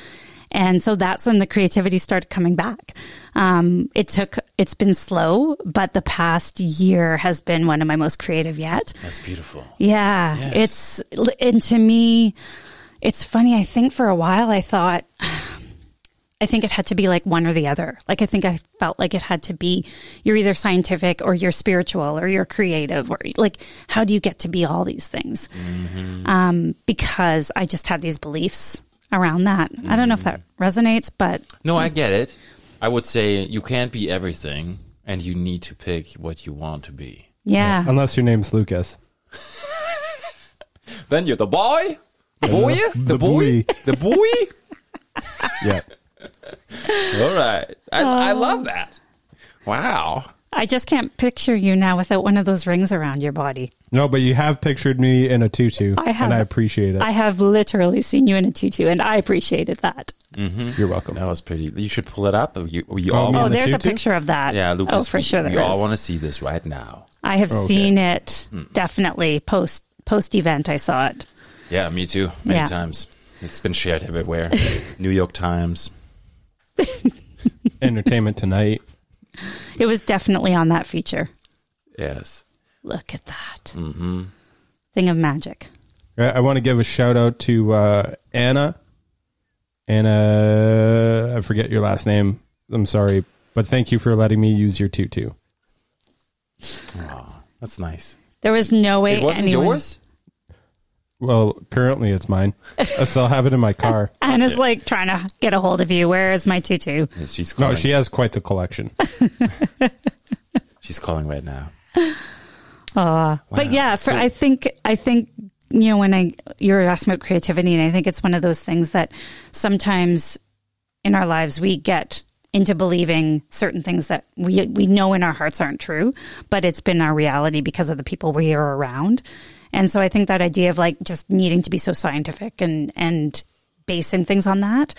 S2: And so that's when the creativity started coming back. Um, it took it's been slow, but the past year has been one of my most creative yet.
S1: that's beautiful.
S2: Yeah, it's and to me, it's funny. I think for a while I thought, I think it had to be like one or the other. Like I think I felt like it had to be you're either scientific or you're spiritual or you're creative or like how do you get to be all these things? Um, because I just had these beliefs around that. I don't know if that resonates, but
S1: No, I get it. I would say you can't be everything, and you need to pick what you want to be.
S2: yeah,
S3: Unless your name's Lucas.
S1: Then you're the boy, the boy,
S3: Uh, the boy.
S1: the boy.
S3: Yeah.
S1: All right, I,
S3: Uh.
S1: I love that. Wow.
S2: I just can't picture you now without one of those rings around your body.
S3: No, but you have pictured me in a tutu,
S2: I have-
S3: and I appreciate it.
S2: I have literally seen you in a tutu, and I appreciated that.
S3: You're welcome.
S1: That was pretty. You should pull it up. You, we
S3: Oh,
S1: all
S3: me
S2: Oh,
S1: want
S3: and the
S1: to.
S2: there's a
S3: tutu?
S2: picture of that.
S1: Yeah, Lucas.
S2: oh, for
S1: we-
S2: sure there
S1: We all Hmm.
S2: is.
S1: want to see this right now.
S2: I have
S3: Oh, Okay.
S2: seen it definitely post post event. I saw it.
S1: Yeah, me too. Many
S2: Yeah.
S1: times. It's been shared everywhere. New York Times.
S3: Entertainment Tonight.
S2: It was definitely on that feature.
S1: Yes.
S2: Look at that
S1: Mm-hmm.
S2: thing of magic.
S3: I, I want to give a shout out to uh, Anna. Anna, I forget your last name. I'm sorry, but thank you for letting me use your tutu.
S1: Aw, that's nice.
S2: There was no way
S1: it wasn't
S2: anyone.
S1: yours?
S3: Well, currently it's mine. I still have it in my car.
S2: Anna's like trying to get a hold of you. Where is my tutu?
S1: Yeah, She's
S3: No,
S1: calling.
S3: she has quite the collection.
S1: She's calling right now.
S2: But yeah, for,
S1: So-
S2: I think I think you know when I you were asking about creativity, and I think it's one of those things that sometimes in our lives we get into believing certain things that we we know in our hearts aren't true, but it's been our reality because of the people we are around. And so I think that idea of like just needing to be so scientific and and basing things on that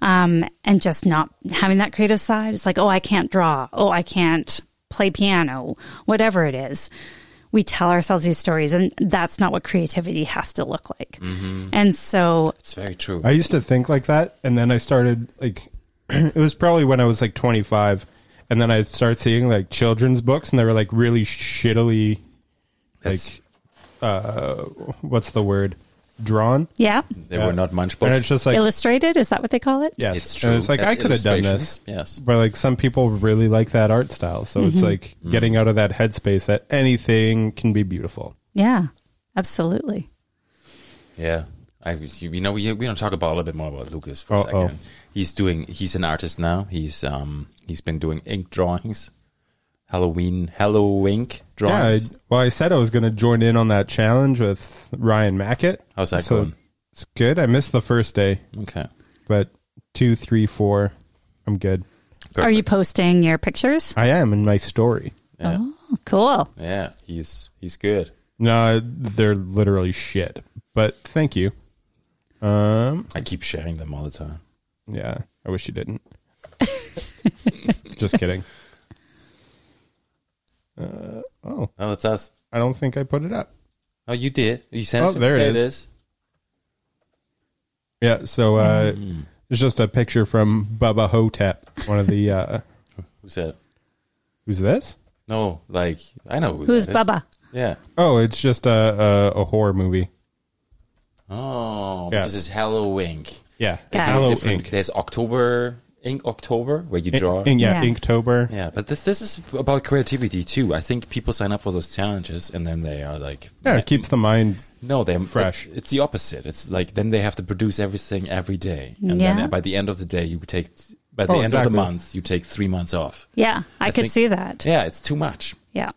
S2: um, and just not having that creative side. It's like, oh, I can't draw. Oh, I can't play piano, whatever it is. We tell ourselves these stories, and that's not what creativity has to look like. And so,
S1: It's very true.
S3: I used to think like that, and then I started like it was probably when I was like 25, and then I started seeing like children's books, and they were like really shittily,
S1: That's-
S3: like uh, what's the word, drawn.
S2: yeah,
S1: they were not
S3: And it's
S1: Munchbox.
S3: just like
S2: illustrated is that what they call it?
S3: yes,
S1: It's
S3: And
S1: true.
S3: it's like
S1: That's
S3: I could have done this,
S1: illustrations. Yes. Mm-hmm.
S3: but like some people really like that art style, so it's like getting out of that headspace that anything can be beautiful.
S2: Yeah, absolutely.
S1: Yeah. I, you you know, we we're gonna talk about a little bit more about Lucas for a
S3: Uh-oh.
S1: second. He's doing. He's an artist now. He's um. He's been doing ink drawings, Halloween, Halloween
S3: Yeah, I,
S1: drawings.
S3: well, I said I was going to join in on that challenge with Ryan Mackett.
S1: How's that
S3: So
S1: going?
S3: It's good. I missed the first day,
S1: okay.
S3: but two, three, four, I'm good.
S2: Are you posting your pictures?
S3: I am in my story.
S1: Yeah.
S2: Oh, cool.
S1: Yeah. He's he's good.
S3: No, they're literally shit. But thank you. Um,
S1: I keep sharing them all the time.
S3: yeah, I wish you didn't. Just kidding. Uh, oh,
S1: Oh, that's us.
S3: I don't think I put it up.
S1: Oh, you did. You sent
S3: Oh,
S1: it. to
S3: there it
S1: me. Mm.
S3: is. Yeah, so uh, It's just a picture from Bubba Hotep, one of the. Uh,
S1: Who's that?
S3: who's this?
S1: No, like I know who
S2: Who's
S1: that is.
S2: Bubba?
S1: Yeah.
S3: Oh, it's just a a, a horror movie.
S1: Oh,
S3: Yeah.
S1: because it's Halloween.
S3: Yeah,
S2: Got it.
S3: Hello
S1: Different-
S3: Ink.
S1: There's October, Ink October, where you draw.
S3: Ink- yeah,
S2: Yeah.
S3: Inktober.
S1: Yeah, but this this is about creativity too. I think people sign up for those challenges and then they are like,
S3: Yeah, it keeps the mind.
S1: no, they're
S3: fresh.
S1: It's, it's the opposite. It's like then they have to produce everything every day, and
S2: Yeah.
S1: then by the end of the day, you take by the
S3: Oh,
S1: end of
S3: exactly.
S1: the month, you take three months off.
S2: Yeah, I, could
S1: think-
S2: see that.
S1: Yeah, it's too much.
S2: Yeah.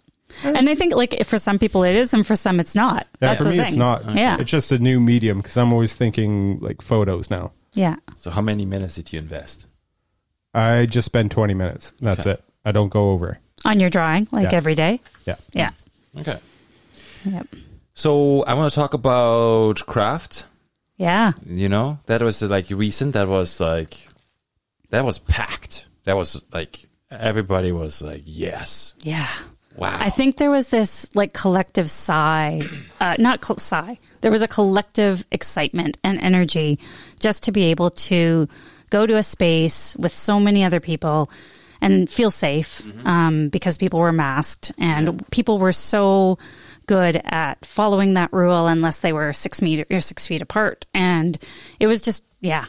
S2: And I think like for some people it is, and for some it's not.
S3: Yeah,
S2: That's
S3: for
S2: the
S3: me,
S2: thing.
S3: it's not.
S2: Yeah,
S3: it's just a new medium because I'm always thinking like photos now.
S2: yeah.
S1: So how many minutes did you invest?
S3: I just spend 20 minutes. That's
S1: Okay.
S3: it. I don't go over.
S2: On your drawing, like
S3: Yeah.
S2: every day.
S3: Yeah.
S2: Yeah.
S1: Okay.
S2: Yep.
S1: So I want to talk about craft.
S2: Yeah.
S1: You know, that was like recent. That was like, that was packed. That was like everybody was like, yes,
S2: Yeah.
S1: wow.
S2: I think there was this like collective sigh, uh, not col- sigh. There was a collective excitement and energy just to be able to go to a space with so many other people and feel safe um, because people were masked and people were so good at following that rule unless they were six meter or six feet apart. And it was just yeah,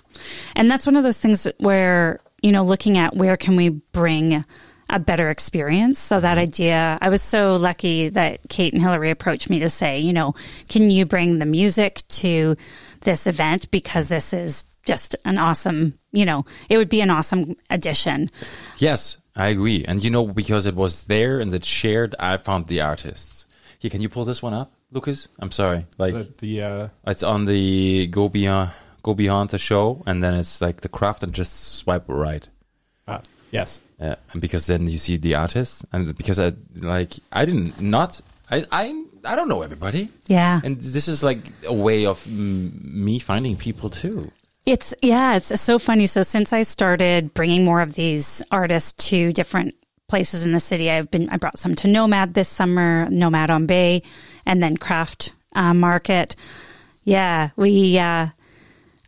S2: and that's one of those things that where you know looking at where can we bring a better experience. So that idea, I was so lucky that Kate and Hillary approached me to say, you know, can you bring the music to this event because this is just an awesome, you know, it would be an awesome addition.
S1: Yes, I agree. And you know, because it was there and it's shared, I found the artists. Here, can you pull this one up, Lucas? I'm sorry. Like
S3: The uh,
S1: it's on the Go Beyond Go Beyond the show, and then it's like the craft, and just swipe right.
S3: ah, yes.
S1: Yeah, and because then you see the artists, and because I like I didn't not I I I don't know everybody.
S2: Yeah.
S1: and this is like a way of mm, me finding people too.
S2: It's yeah, it's so funny. So since I started bringing more of these artists to different places in the city, I've been I brought some to Nomad this summer, Nomad on Bay, and then Craft uh, Market. Yeah, we. Uh,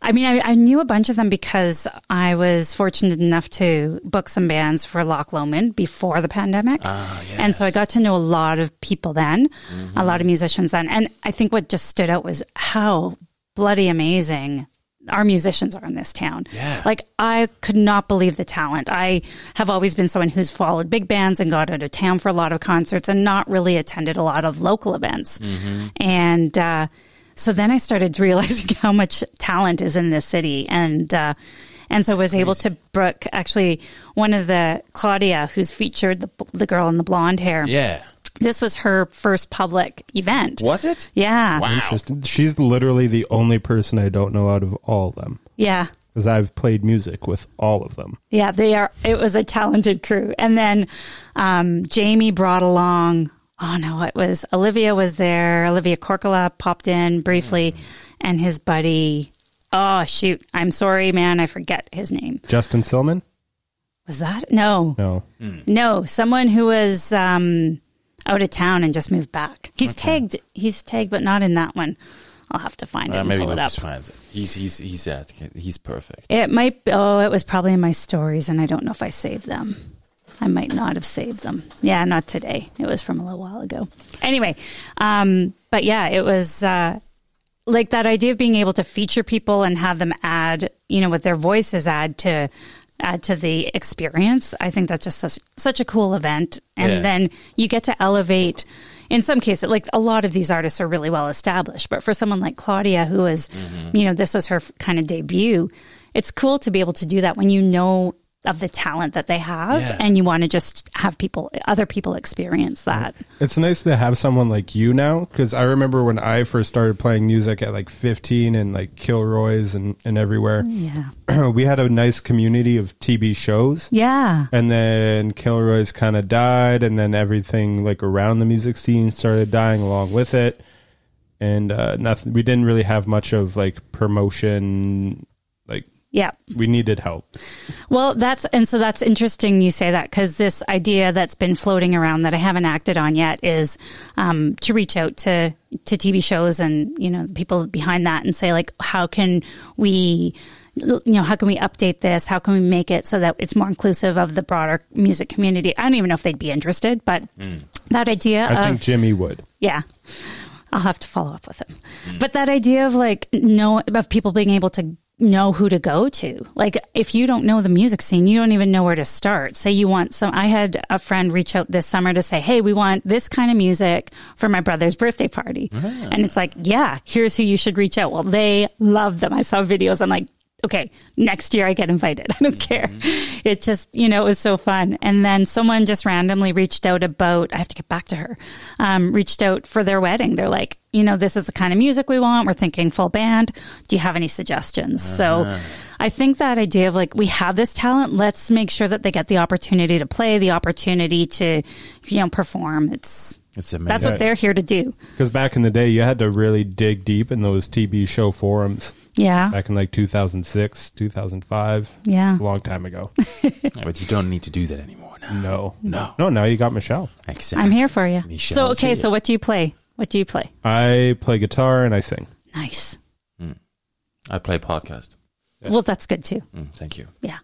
S2: I mean, I, I knew a bunch of them because I was fortunate enough to book some bands for Loch Lomond before the pandemic.
S1: Ah.
S2: And so I got to know a lot of people then, a lot of musicians then. And I think what just stood out was how bloody amazing our musicians are in this town.
S1: Yeah.
S2: Like, I could not believe the talent. I have always been someone who's followed big bands and got out of town for a lot of concerts and not really attended a lot of local events.
S1: Mm-hmm.
S2: And, uh, so then I started realizing how much talent is in this city, and uh, and so was able to book actually one of the Claudia who's featured the the girl in the blonde hair.
S1: Yeah,
S2: This was her first public event.
S1: was it?
S2: Yeah,
S1: Wow.
S3: Interesting. She's literally the only person I don't know out of all of them
S2: yeah,
S3: because I've played music with all of them.
S2: yeah. They are. It was a talented crew, and then um, Jamie brought along. Oh no, it was Olivia was there. Olivia Corcola popped in briefly,
S1: Mm.
S2: and his buddy. Oh shoot! I'm sorry, man. I forget his name.
S3: Justin Silman?
S2: Was that no?
S3: No.
S1: Hmm.
S2: No, someone who was um, out of town and just moved back. He's tagged. He's tagged, but not in that one. I'll have to find it.
S1: Uh,
S2: and
S1: maybe
S2: pull it up.
S1: Lucas finds it. He's he's he's at he's perfect.
S2: It might. Oh, it was probably in my stories, and I don't know if I saved them. I might not have saved them. Yeah, not today. It was from a little while ago. Anyway, um, but yeah, it was uh, like that idea of being able to feature people and have them add, you know, what their voices add to add to the experience. I think that's just such, such a cool event, and
S1: Yes.
S2: then you get to elevate. In some cases, like a lot of these artists are really well established, but for someone like Claudia, who was, you know, this was her kind of debut, it's cool to be able to do that when you know of the talent that they have
S1: Yeah.
S2: and you want to just have people, other people experience that.
S3: It's nice to have someone like you now because I remember when I first started playing music at like 15 and like Kilroy's and, and everywhere.
S2: Yeah.
S3: we had a nice community of TB shows.
S2: Yeah.
S3: And then Kilroy's kind of died, and then everything like around the music scene started dying along with it. And uh, nothing, we didn't really have much of like promotion, like
S2: Yeah.
S3: We needed help.
S2: Well, that's and so that's interesting you say that because this idea that's been floating around that I haven't acted on yet is um, to reach out to to TV shows and you know the people behind that and say like how can we you know how can we update this how can we make it so that it's more inclusive of the broader music community I don't even know if they'd be interested but that idea
S3: Hmm. I
S2: of
S3: think Jimmy would.
S2: yeah. I'll have to follow up with him. But that idea of like know of people being able to know who to go to. Like if you don't know the music scene, you don't even know where to start. Say you want some I had a friend reach out this summer to say, "Hey, we want this kind of music for my brother's birthday party." And it's like, "Yeah, here's who you should reach out." Well, they love them. I saw videos. I'm like, okay, next year I get invited. I don't care.
S3: Mm-hmm.
S2: It just, you know, it was so fun. And then someone just randomly reached out about, I have to get back to her, um, reached out for their wedding. They're like, you know, this is the kind of music we want. We're thinking full band. Do you have any suggestions?
S3: Uh-huh.
S2: So I think that idea of like, we have this talent. Let's make sure that they get the opportunity to play, the opportunity to, you know, perform. It's,
S1: It's amazing.
S2: that's what
S3: Right.
S2: they're here to do.
S3: Because back in the day, you had to really dig deep in those TV show forums
S2: Yeah.
S3: back in like 2006, 2005.
S2: Yeah.
S3: A long time ago.
S1: Yeah, but you don't need to do that anymore now.
S3: No.
S1: No.
S3: No, now you got Michelle.
S1: Exactly.
S2: Mm. I'm here for you.
S1: We shall
S2: So, okay.
S1: see.
S2: So what do you play? What do you play?
S3: I play guitar and I sing.
S2: Nice.
S1: I play podcast.
S2: Well, that's good too.
S1: Mm, thank you.
S2: Yeah.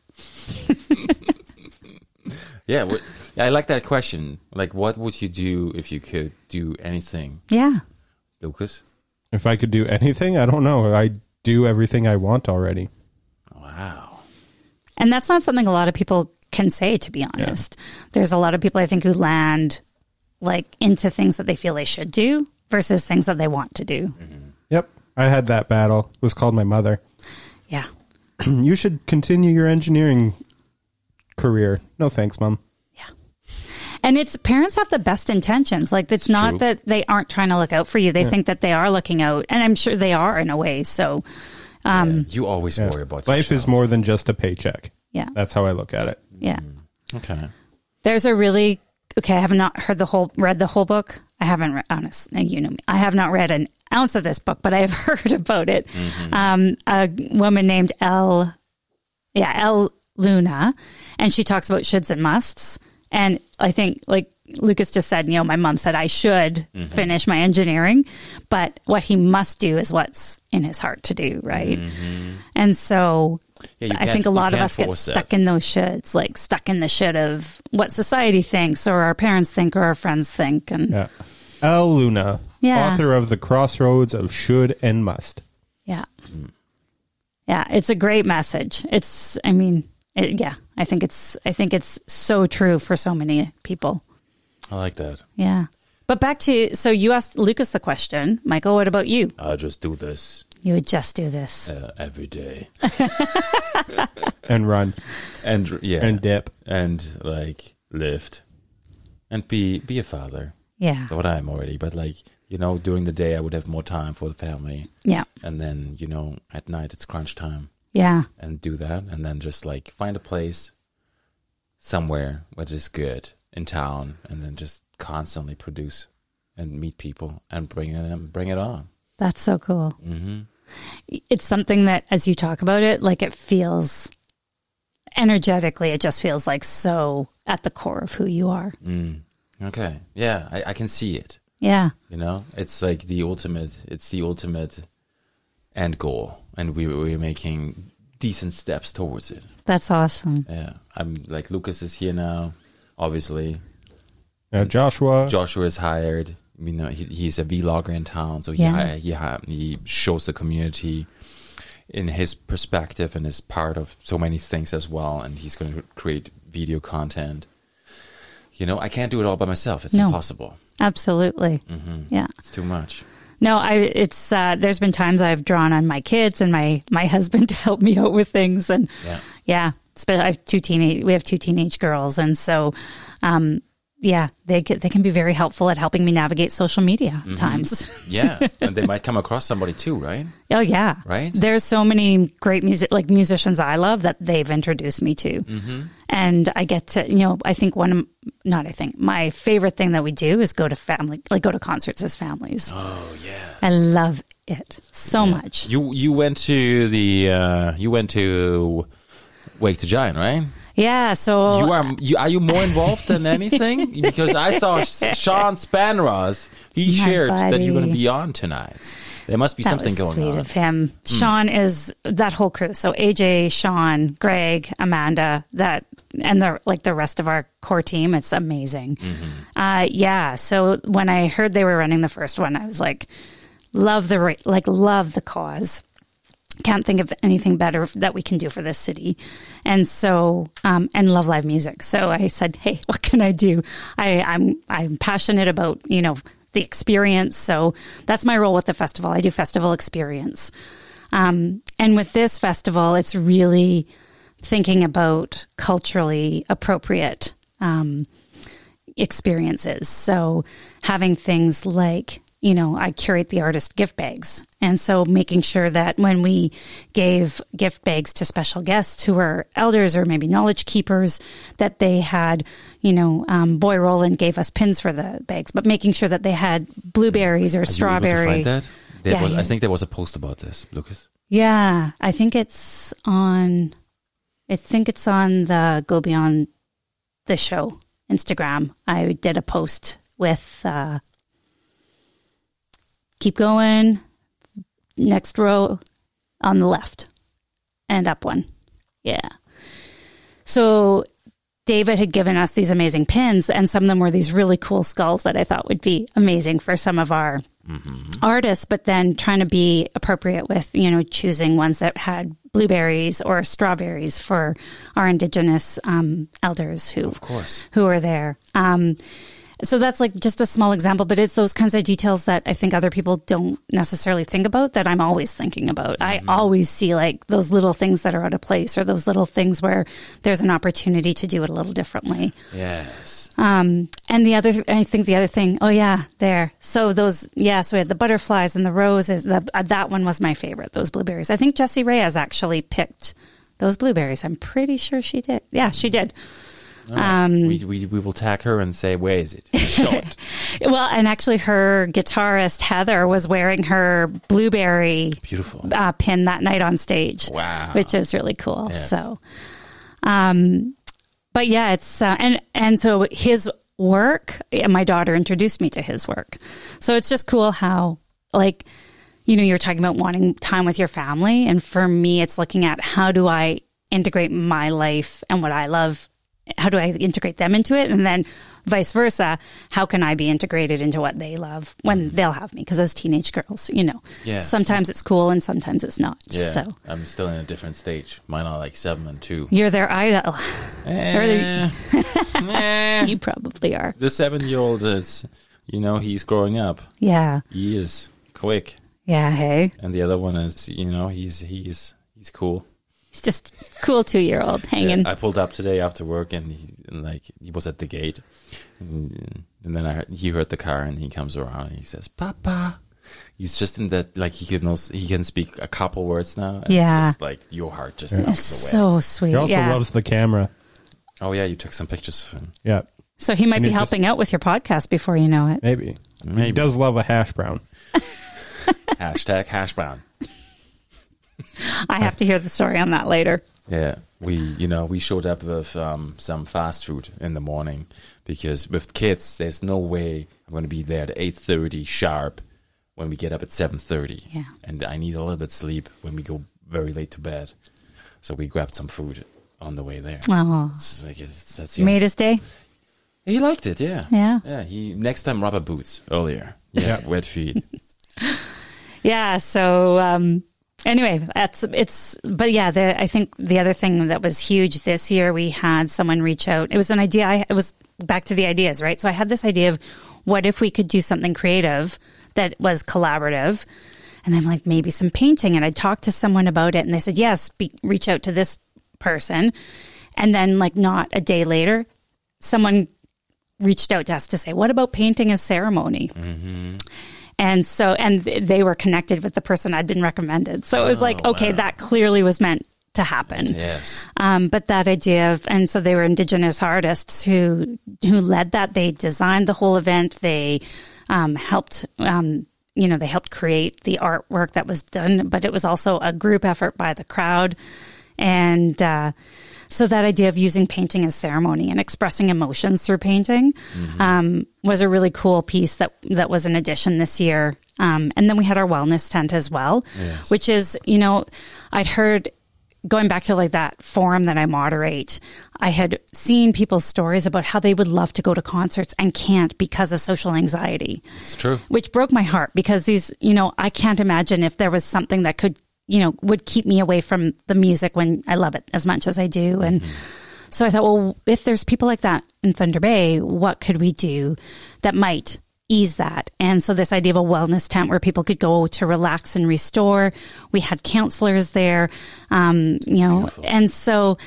S1: Yeah, what, I like that question. Like, what would you do if you could do anything,
S2: Yeah.
S1: Lucas?
S3: If I could do anything, I don't know. I do everything I want already.
S1: Wow.
S2: And that's not something a lot of people can say, to be honest. There's a lot of people I think who land like into things that they feel they should do versus things that they want to do.
S3: Yep. I had that battle. It was called my mother.
S2: Yeah.
S3: You should continue your engineering career. No thanks, mom.
S2: And it's parents have the best intentions. Like it's, not
S1: true.
S2: that they aren't trying to look out for you. They think that they are looking out, and I'm sure they are in a way. So, Um,
S1: Yeah, you always worry about your
S3: Life is
S1: child.
S3: more than just a paycheck.
S2: yeah.
S3: That's how I look at it.
S2: Yeah.
S1: Okay.
S2: There's a really okay. I have not heard the whole, read the whole book. I haven't re- honest. now You know me. I have not read an ounce of this book, but I have heard about it. Um, a woman named L, yeah, L Luna, and she talks about shoulds and musts. And I think like Lucas just said, you know, my mom said I should finish my engineering, but what he must do is what's in his heart to do, right? And so
S1: Yeah, you
S2: I
S1: can't-
S2: think a
S1: you
S2: lot of
S1: can't
S2: us get
S1: force that.
S2: stuck in those shoulds, like stuck in the should of what society thinks or our parents think or our friends think. And yeah,
S3: Yeah. Al Luna,
S2: Yeah.
S3: author of The Crossroads of Should and Must.
S2: yeah,
S1: Mm.
S2: it's a great message. It's, I mean, it, yeah, I think it's, I think it's so true for so many people.
S1: I like that.
S2: Yeah. But back to, so you asked Lucas the question, Michael, what about you?
S1: I just do this
S2: You would just do this.
S1: uh, every day.
S3: And run
S1: And yeah.
S3: and dip.
S1: and like lift and be be a father.
S2: Yeah.
S1: What I'm already, but like you know, during the day I would have more time for the family,
S2: Yeah.
S1: and then you know at night it's crunch time
S2: Yeah.
S1: and do that, and then just like find a place somewhere that is good in town, and then just constantly produce and meet people and bring it and bring it on.
S2: That's so cool.
S1: Mm-hmm.
S2: It's something that, as you talk about it, like it feels energetically, it just feels like so at the core of who you are.
S1: Mm. Okay, yeah, I, I can see it.
S2: Yeah.
S1: You know, it's like the ultimate. It's the ultimate end goal, and we we're making decent steps towards it.
S2: That's awesome.
S1: Yeah, I'm like Lucas is here now. Obviously,
S3: Now, Joshua,
S1: Joshua is hired. You know, he, he's a vlogger in town, so he
S2: Yeah.
S1: hi- he hi- he shows the community in his perspective and is part of so many things as well. And he's going to create video content. You know, I can't do it all by myself. It's
S2: No.
S1: impossible.
S2: Absolutely. Yeah.
S1: It's too much.
S2: No, I it's uh there's been times I've drawn on my kids and my my husband to help me out with things and
S1: Yeah.
S2: yeah, it's been- I have two teenage we have two teenage girls and so um yeah, they can, they can be very helpful at helping me navigate social media
S1: Mm-hmm.
S2: at times.
S1: Yeah, and they might come across somebody too, right?
S2: Oh yeah,
S1: Right?
S2: There's so many great music, like musicians I love that they've introduced me to,
S1: Mm-hmm.
S2: and I get to you know I think one of not I think my favorite thing that we do is go to family like go to concerts as families.
S1: Oh yeah.
S2: I love it so much.
S1: You you went to the uh, you went to Wake the Giant, right?
S2: Yeah. So
S1: You are you are you more involved than anything? because I saw S- Sean Spanros. He
S2: My
S1: shared that you're going to
S2: buddy.
S1: be on tonight. There must be
S2: that
S1: something going
S2: was sweet
S1: on. Hmm.
S2: of him. Sean is that whole crew. So AJ, Sean, Greg, Amanda, that and the like the rest of our core team. It's amazing.
S1: Mm-hmm.
S2: Uh, yeah. So when I heard they were running the first one, I was like, love the ra- like love the cause. Can't think of anything better that we can do for this city, and so um, and love live music. So I said, "Hey, what can I do? I, I'm I'm passionate about you know the experience. So that's my role with the festival. I do festival experience. Um, and with this festival, it's really thinking about culturally appropriate um, experiences. So having things like, you know, I curate the artist gift bags. And so making sure that when we gave gift bags to special guests who were elders or maybe knowledge keepers, that they had, you know, um, Boy Roland gave us pins for the bags, but making sure that they had blueberries or
S1: Are you able to
S2: strawberry.
S1: find that? There
S2: Yeah,
S1: was,
S2: yeah.
S1: I think there was a post about this, Lucas.
S2: Yeah, I think it's on. I think it's on the Go Beyond the Show Instagram. I did a post with uh, "Keep going," next row on the left, and up one. Yeah. So David had given us these amazing pins, and some of them were these really cool skulls that I thought would be amazing for some of our artists, but then trying to be appropriate with, you know, choosing ones that had blueberries or strawberries for our indigenous um, elders who
S1: Of course.
S2: who are there. Um, so that's like just a small example, but it's those kinds of details that I think other people don't necessarily think about that I'm always thinking about. I
S1: Mm-hmm.
S2: always see like those little things that are out of place or those little things where there's an opportunity to do it a little differently.
S1: Yes.
S2: Um, and the other, I think the other thing, oh yeah, there. So those, yeah, so we had the butterflies and the roses. The, uh, that one was my favorite, those blueberries. I think Jessie Reyes actually picked those blueberries. I'm pretty sure she did. Yeah, she did. Um,
S1: we, we we will tag her and say where is it? Show it.
S2: Well, and actually, her guitarist Heather was wearing her blueberry
S1: Beautiful.
S2: uh, pin that night on stage.
S1: Wow.
S2: which is really cool.
S1: Yes.
S2: So, um, but yeah, it's uh, and and so his work. And my daughter introduced me to his work, so it's just cool how like you know you're talking about wanting time with your family, and for me, it's looking at how do I integrate my life and what I love. How do I integrate them into it, and then vice versa? How can I be integrated into what they love when they'll have me? Because as teenage girls, you know,
S1: Mm. Yes.
S2: sometimes it's cool and sometimes it's not.
S1: Yeah.
S2: So
S1: I'm still in a different stage. Mine are like seven and two.
S2: you're their idol.
S1: Eh, eh.
S2: You probably are.
S1: the seven year old is you know, he's growing up.
S2: Yeah.
S1: He is quick.
S2: Yeah. Hey,
S1: And the other one is you know, he's he's he's cool.
S2: it's just cool two year old hanging.
S1: Yeah, I pulled up today after work, and he and, like he was at the gate, and, and then I heard, he heard the car, and he comes around and he says, "Papa." He's just in that like he can know, he can speak a couple words now. And
S2: Yeah.
S1: it's just like your heart just melts
S2: it's
S1: away.
S2: so sweet.
S3: He also
S2: yeah.
S3: loves the camera.
S1: Oh yeah, you took some pictures of him.
S3: Yeah,
S2: so he might
S3: and
S2: be
S3: it just-
S2: helping out with your podcast before you know it.
S3: maybe.
S1: Maybe.
S3: He does love a hash brown.
S1: Hashtag hash brown.
S2: I have to hear the story on that later.
S1: Yeah, we you know we showed up with um, some fast food in the morning because with kids, there's no way I'm going to be there at eight thirty sharp when we get up at seven thirty.
S2: Yeah.
S1: and I need a little bit sleep when we go very late to bed. So we grabbed some food on the way there.
S2: Oh,
S1: It's like, it's- that's the
S2: made
S1: only-
S2: his day.
S1: he liked it. Yeah,
S2: Yeah.
S1: yeah. He next time rubber boots earlier. Yeah, wet feet.
S2: Yeah. So, um, anyway, that's it's, but yeah, the, I think the other thing that was huge this year, we had someone reach out. It was an idea. I, it was back to the ideas, right? So I had this idea of what if we could do something creative that was collaborative and then like maybe some painting. And I talked to someone about it and they said, yes, be, reach out to this person. And then like not a day later, someone reached out to us to say, what about painting a ceremony? And so, and th- they were connected with the person I'd been recommended. So it was like, okay, that clearly was meant to happen.
S1: yes.
S2: Um, but that idea of, and so they were indigenous artists who who led that. They designed the whole event. They um, helped um, you know, they helped create the artwork that was done, but it was also a group effort by the crowd. And uh, so that idea of using painting as ceremony and expressing emotions through painting um, was a really cool piece that, that was an addition this year. Um, and then we had our wellness tent as well, which is, you know, I'd heard going back to like that forum that I moderate, I had seen people's stories about how they would love to go to concerts and can't because of social anxiety,
S1: It's true.
S2: which broke my heart because these, you know, I can't imagine if there was something that could, you know, would keep me away from the music when I love it as much as I do. And so I thought, well, if there's people like that in Thunder Bay, what could we do that might ease that? And so this idea of a wellness tent where people could go to relax and restore. We had counselors there, um, you know, and so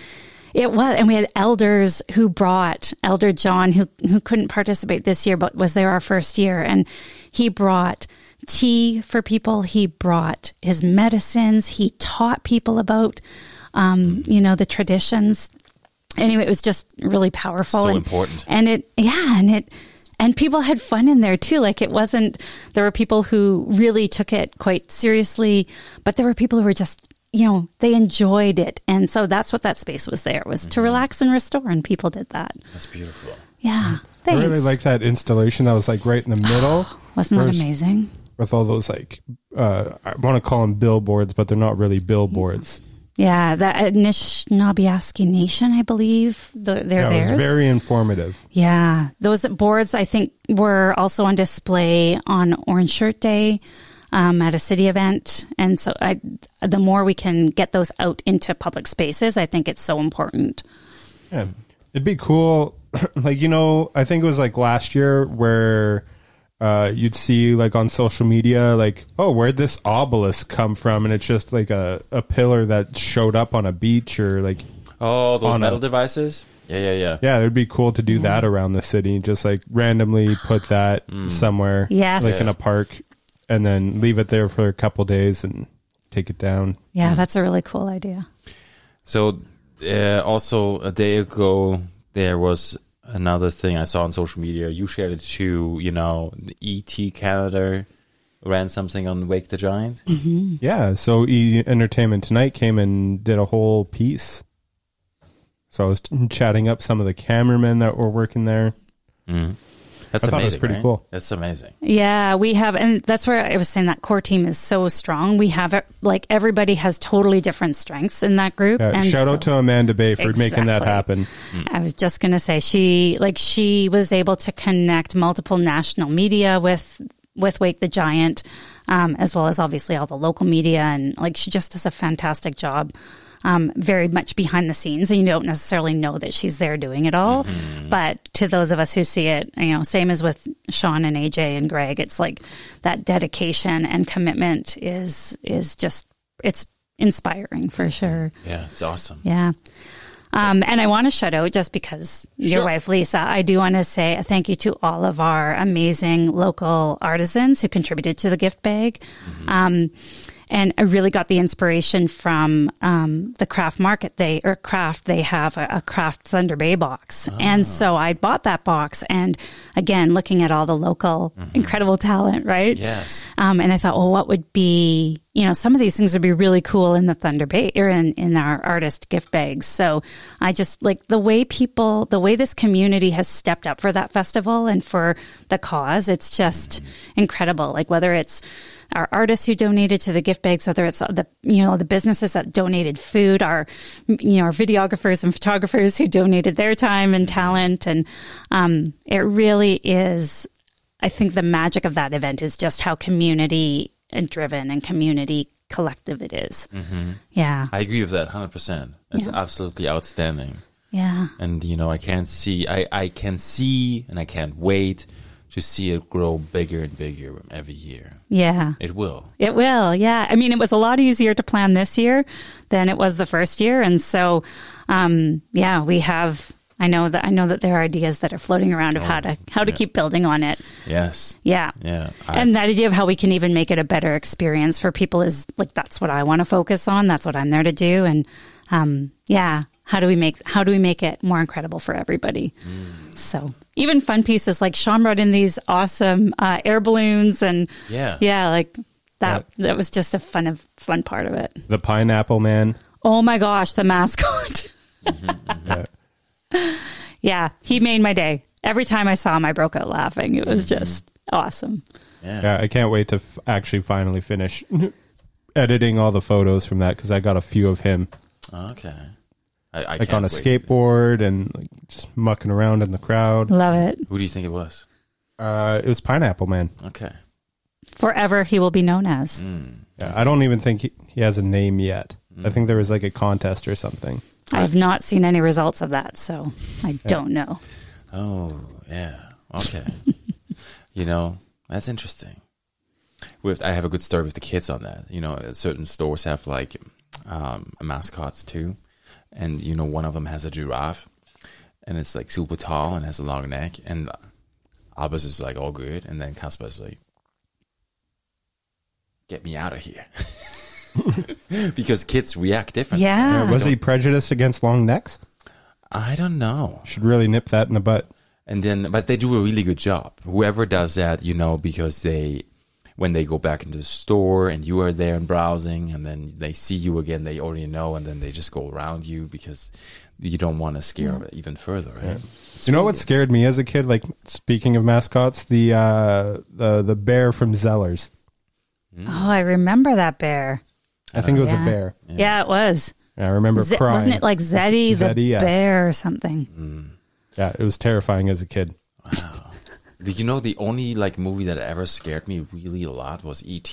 S2: it was, and we had elders who brought Elder John, who who couldn't participate this year, but was there our first year, and he brought tea for people. He brought his medicines. He taught people about, um, you know, the traditions anyway, it was just really powerful.
S1: So
S2: and,
S1: important.
S2: And it, yeah, and it, and people had fun in there too. Like it wasn't, there were people who really took it quite seriously, but there were people who were just, you know, they enjoyed it. And so that's what that space was there was
S3: Mm-hmm.
S2: to relax and restore. And people did that.
S1: That's beautiful.
S2: Yeah. Thanks.
S3: Mm-hmm. I really like that installation that was like right in the middle
S2: Wasn't that
S3: Where's-
S2: amazing?
S3: with all those like uh, I want to call them billboards, but they're not really billboards.
S2: Yeah. That at Anishinaabe Nation, I believe the, they're
S3: Yeah,
S2: theirs.
S3: it was very informative.
S2: Yeah, those boards I think were also on display on Orange Shirt Day um, at a city event, and so I, the more we can get those out into public spaces, I think it's so important.
S3: Yeah. It'd be cool. like, you know, I think it was like last year where uh, you'd see like on social media, like, oh, where'd this obelisk come from? And it's just like a, a pillar that showed up on a beach or like,
S1: Oh, those
S3: On a-
S1: metal devices. Yeah, yeah, yeah.
S3: yeah, it'd be cool to
S2: Mm.
S3: do that around the city. Just like randomly put that somewhere.
S2: Mm. Yes.
S3: Like in a park and then leave it there for a couple days and take it down.
S2: Yeah, that's a really cool idea.
S1: So, uh, also a day ago, there was another thing I saw on social media. You shared it too. You know, the ET Canada ran something on Wake the Giant.
S3: Mm. Yeah. So E Entertainment Tonight came and did a whole piece. So I was chatting up some of the cameramen that were working there.
S1: That's
S3: I
S1: amazing.
S3: thought it was pretty
S1: right?
S3: cool.
S1: That's amazing.
S2: Yeah, we have, and that's where I was saying that core team is so strong. We have it like everybody has totally different strengths in that group.
S3: Yeah,
S2: and
S3: Uh, shout
S2: so-
S3: out to Amanda Bay for making that
S2: Exactly.
S3: happen.
S2: Mm. I was just going to say she like she was able to connect multiple national media with with Wake the Giant, um, as well as obviously all the local media, and like she just does a fantastic job. Um, very much behind the scenes, and you don't necessarily know that she's there doing it all. But to those of us who see it, you know, same as with Sean and AJ and Greg, it's like that dedication and commitment is is just it's inspiring for sure.
S1: Yeah, it's awesome.
S2: Yeah. Um, and I want to shout out just because your
S1: Sure.
S2: wife, Lisa, I do want to say a thank you to all of our amazing local artisans who contributed to the gift bag. Um, and I really got the inspiration from um, the craft market. They or craft they have a, a craft Thunder Bay box, and so I bought that box. And again, looking at all the local incredible talent, right?
S1: Yes.
S2: Um, and I thought, well, what would be, you know, some of these things would be really cool in the Thunder Bay or in, in our artist gift bags. So I just like the way people, the way this community has stepped up for that festival and for the cause. It's just incredible. Like whether it's our artists who donated to the gift bags, whether it's the, you know, the businesses that donated food, our, you know, our videographers and photographers who donated their time and talent. And, um, it really is I think the magic of that event is just how community and driven and community collective it is. Yeah.
S1: I agree with that 100%. That's absolutely outstanding.
S2: Yeah.
S1: and you know i can't see I, I can see and i can't wait to see it grow bigger and bigger every year
S2: Yeah.
S1: it will
S2: It will. Yeah. I mean, it was a lot easier to plan this year than it was the first year. And so, um, yeah, we have, I know that, I know that there are ideas that are floating around of how to, how to keep building on it.
S1: yes
S2: Yeah.
S1: yeah I,
S2: and that idea of how we can even make it a better experience for people is like that's what I want to focus on. That's what I'm there to do. And um, yeah, How do we make how do we make it more incredible for everybody?
S1: Mm.
S2: So even fun pieces like Sean brought in these awesome uh, air balloons and
S1: Yeah.
S2: yeah, like that.
S3: Right.
S2: That was just a fun of fun part of it.
S3: The pineapple man.
S2: Oh my gosh, the mascot.
S1: Mm-hmm.
S3: Yeah.
S2: yeah, he made my day. Every time I saw him, I broke out laughing. It was
S1: Mm-hmm.
S2: just awesome.
S3: Yeah, Uh, I can't wait to f- actually finally finish editing all the photos from that because I got a few of him
S1: Okay. I, I
S3: like
S1: can't
S3: on a
S1: wait.
S3: skateboard and like, just mucking around in the crowd.
S2: Love it.
S1: Who do you think it was?
S3: Uh, it was Pineapple Man.
S1: Okay.
S2: Forever, he will be known as.
S3: Yeah, Uh, I don't even think he, he has a name yet.
S1: Mm.
S3: I think there was like a contest or something.
S2: I have not seen any results of that, so I don't know.
S1: Oh, yeah. Okay. you know, that's interesting. With I have a good story with the kids on that. You know, uh, certain stores have like um, mascots too, and you know, one of them has a giraffe, and it's like super tall and has a long neck, and Abbas is like all good, and then Casper's like, "Get me out of here," because kids react differently.
S2: Yeah.
S3: Yeah, was he prejudiced against long necks?
S1: I don't know.
S3: Should really nip that in the butt.
S1: and then but they do a really good job whoever does that you know because they when they go back into the store and you are there and browsing and then they see you again they already know and then they just go around you because you don't want to scare them even further right
S3: you know what scared me as a kid? Like speaking of mascots, the uh, the the bear from Zellers.
S2: Oh, I remember that bear.
S3: I think it was
S2: yeah.
S3: a bear.
S2: Yeah, it was.
S3: And I remember
S2: Z-
S3: crying.
S2: wasn't it like Zeddy, the
S3: Zeddy, yeah.
S2: bear or something?
S3: Yeah, it was terrifying as a kid.
S1: Do you know the only like movie that ever scared me really a lot was et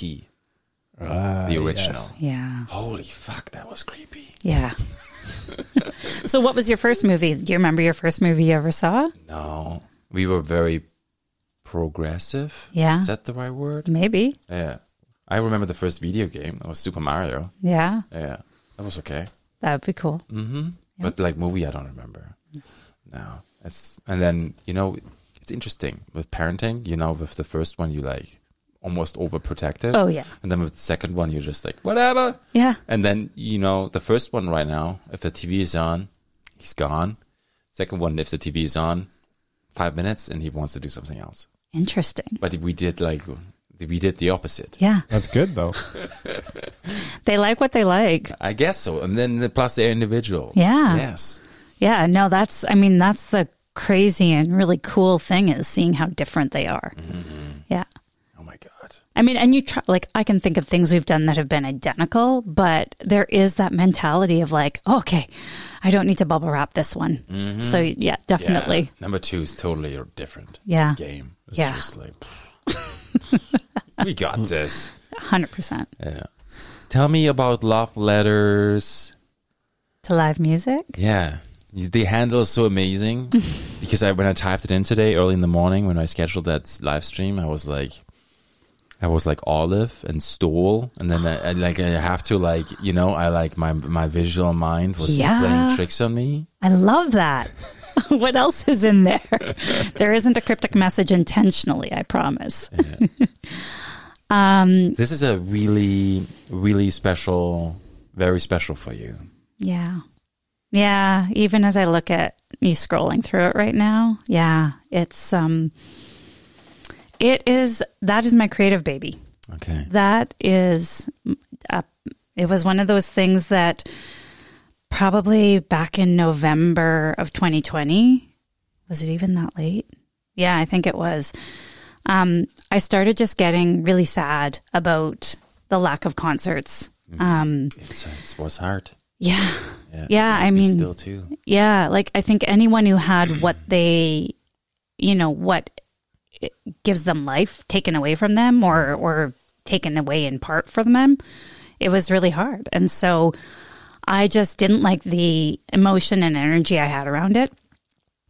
S3: Uh,
S1: the original
S2: Yeah.
S1: holy fuck that was creepy
S2: Yeah. so, what was your first movie? Do you remember your first movie you ever saw?
S1: no we were very progressive
S2: Yeah.
S1: is that the right word
S2: Maybe.
S1: yeah i remember the first video game it was super mario
S2: Yeah.
S1: Yeah, that was okay.
S2: That would be cool.
S1: But like movie, I don't remember. No, it's and then you know, it's interesting with parenting. You know, with the first one, you like almost overprotective.
S2: Oh, yeah.
S1: And then with the second one, you're just like whatever.
S2: Yeah.
S1: And then you know, the first one right now, if the TV is on, he's gone. Second one, if the TV is on, five minutes, and he wants to do something else.
S2: Interesting.
S1: But we did like we did the opposite.
S2: Yeah.
S3: That's good though.
S2: They like what they like.
S1: I guess so. And then plus they're individuals.
S2: Yeah.
S1: Yes.
S2: Yeah, no, that's I mean that's the crazy and really cool thing is seeing how different they are. Yeah.
S1: Oh my god.
S2: I mean, and you try like I can think of things we've done that have been identical, but there is that mentality of like, oh, okay, I don't need to bubble wrap this one. So yeah,
S1: Yeah.
S2: definitely.
S1: Number two is totally a different
S2: Yeah.
S1: game. It's
S2: Yeah.
S1: just like we got this.
S2: 100%
S1: Yeah. Tell me about love letters.
S2: to live music.
S1: Yeah. The handle is so amazing because I when I typed it in today early in the morning when I scheduled that live stream, I was like I was like olive and stole and then I, I like I have to like you know I like my my visual mind was
S2: Yeah.
S1: playing tricks on me.
S2: I love that. what else is in there? there isn't a cryptic message intentionally, I promise.
S1: This is a really really special very special for you.
S2: Yeah. Yeah, even as I look at me scrolling through it right now, yeah, it's um it is that is my creative baby.
S1: Okay.
S2: That is uh, it was one of those things that probably back in November of 2020 was it even that late? Yeah, I think it was. Um, I started just getting really sad about the lack of concerts. Um,
S1: It's, uh, it was hard.
S2: yeah,
S1: Mm-hmm. Yeah.
S2: Yeah, I
S1: Maybe
S2: mean-
S1: still too.
S2: yeah, like I think anyone who had what they, you know, what it gives them life taken away from them or or taken away in part from them, it was really hard. And so I just didn't like the emotion and energy I had around it.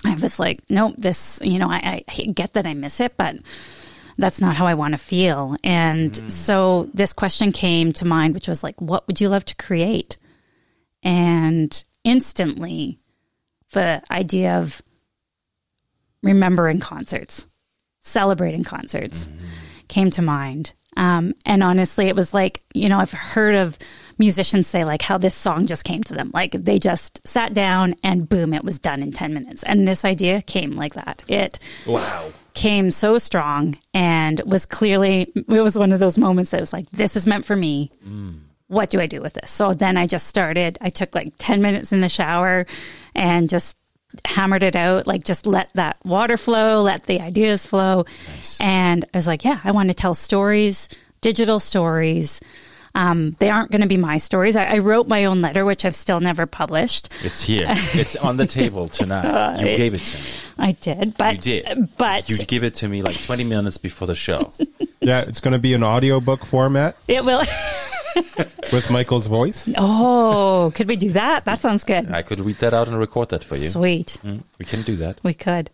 S2: I was like, nope, this, you know, I, I get that I miss it, but that's not how I want to feel. And so this question came to mind, which was like, what would you love to create? And instantly, the idea of remembering concerts, celebrating concerts came to mind. Um, and honestly, it was like, you know, I've heard of musicians say like how this song just came to them. Like they just sat down and boom, it was done in 10 minutes. And this idea came like that. It
S4: Wow.
S2: came so strong and was clearly, it was one of those moments that was like, this is meant for me.
S1: Mm.
S2: What do I do with this? So then I just started. I took like 10 minutes in the shower and just hammered it out, like just let that water flow, let the ideas flow. And I was like, yeah, I want to tell stories, digital stories. Um, they aren't going to be my stories. I, I wrote my own letter, which I've still never published.
S1: It's here. it's on the table tonight. You gave it to me.
S2: I did, but
S1: You did.
S2: but
S1: You give it to me like 20 minutes before the show.
S3: Yeah, it's going to be an audiobook format
S2: it will.
S3: with Michael's voice.
S2: Oh, could we do that? That sounds good.
S1: I could read that out and record that for you. Mm-hmm. Hmm?
S2: Sweet.
S1: We can do that.
S2: We could.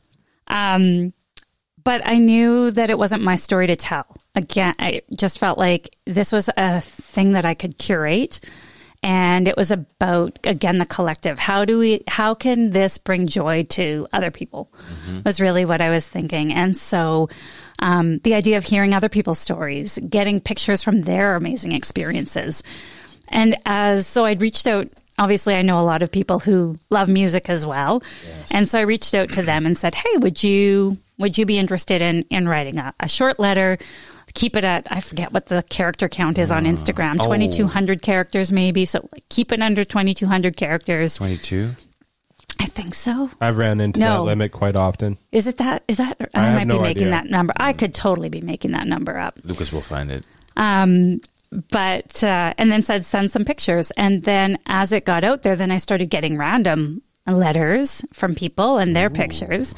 S2: Um, but I knew that it wasn't my story to tell. Again, I just felt like this was a thing that I could curate. And it was about again the collective. How do we? How can this bring joy to other people? Was really what I was thinking. And so, um, the idea of hearing other people's stories, getting pictures from their amazing experiences, and as so, I'd reached out. Obviously, I know a lot of people who love music as well, and so I reached out to them and said, "Hey, would you would you be interested in in writing a, a short letter? Keep it at I forget what the character count is
S3: Uh,
S2: on Instagram,
S3: oh.
S2: twenty two hundred characters maybe. So keep it under twenty two hundred characters.
S1: 22?
S2: I think so.
S3: I've ran into that
S2: No.
S3: limit quite often.
S2: Is it that? Is that? I,
S3: I have
S2: might
S3: no
S2: be making
S3: idea. Mm.
S2: that number. I could totally be making that number up.
S1: Lucas will find it.
S2: um, but uh, and then said send some pictures and then as it got out there then i started getting random letters from people and their pictures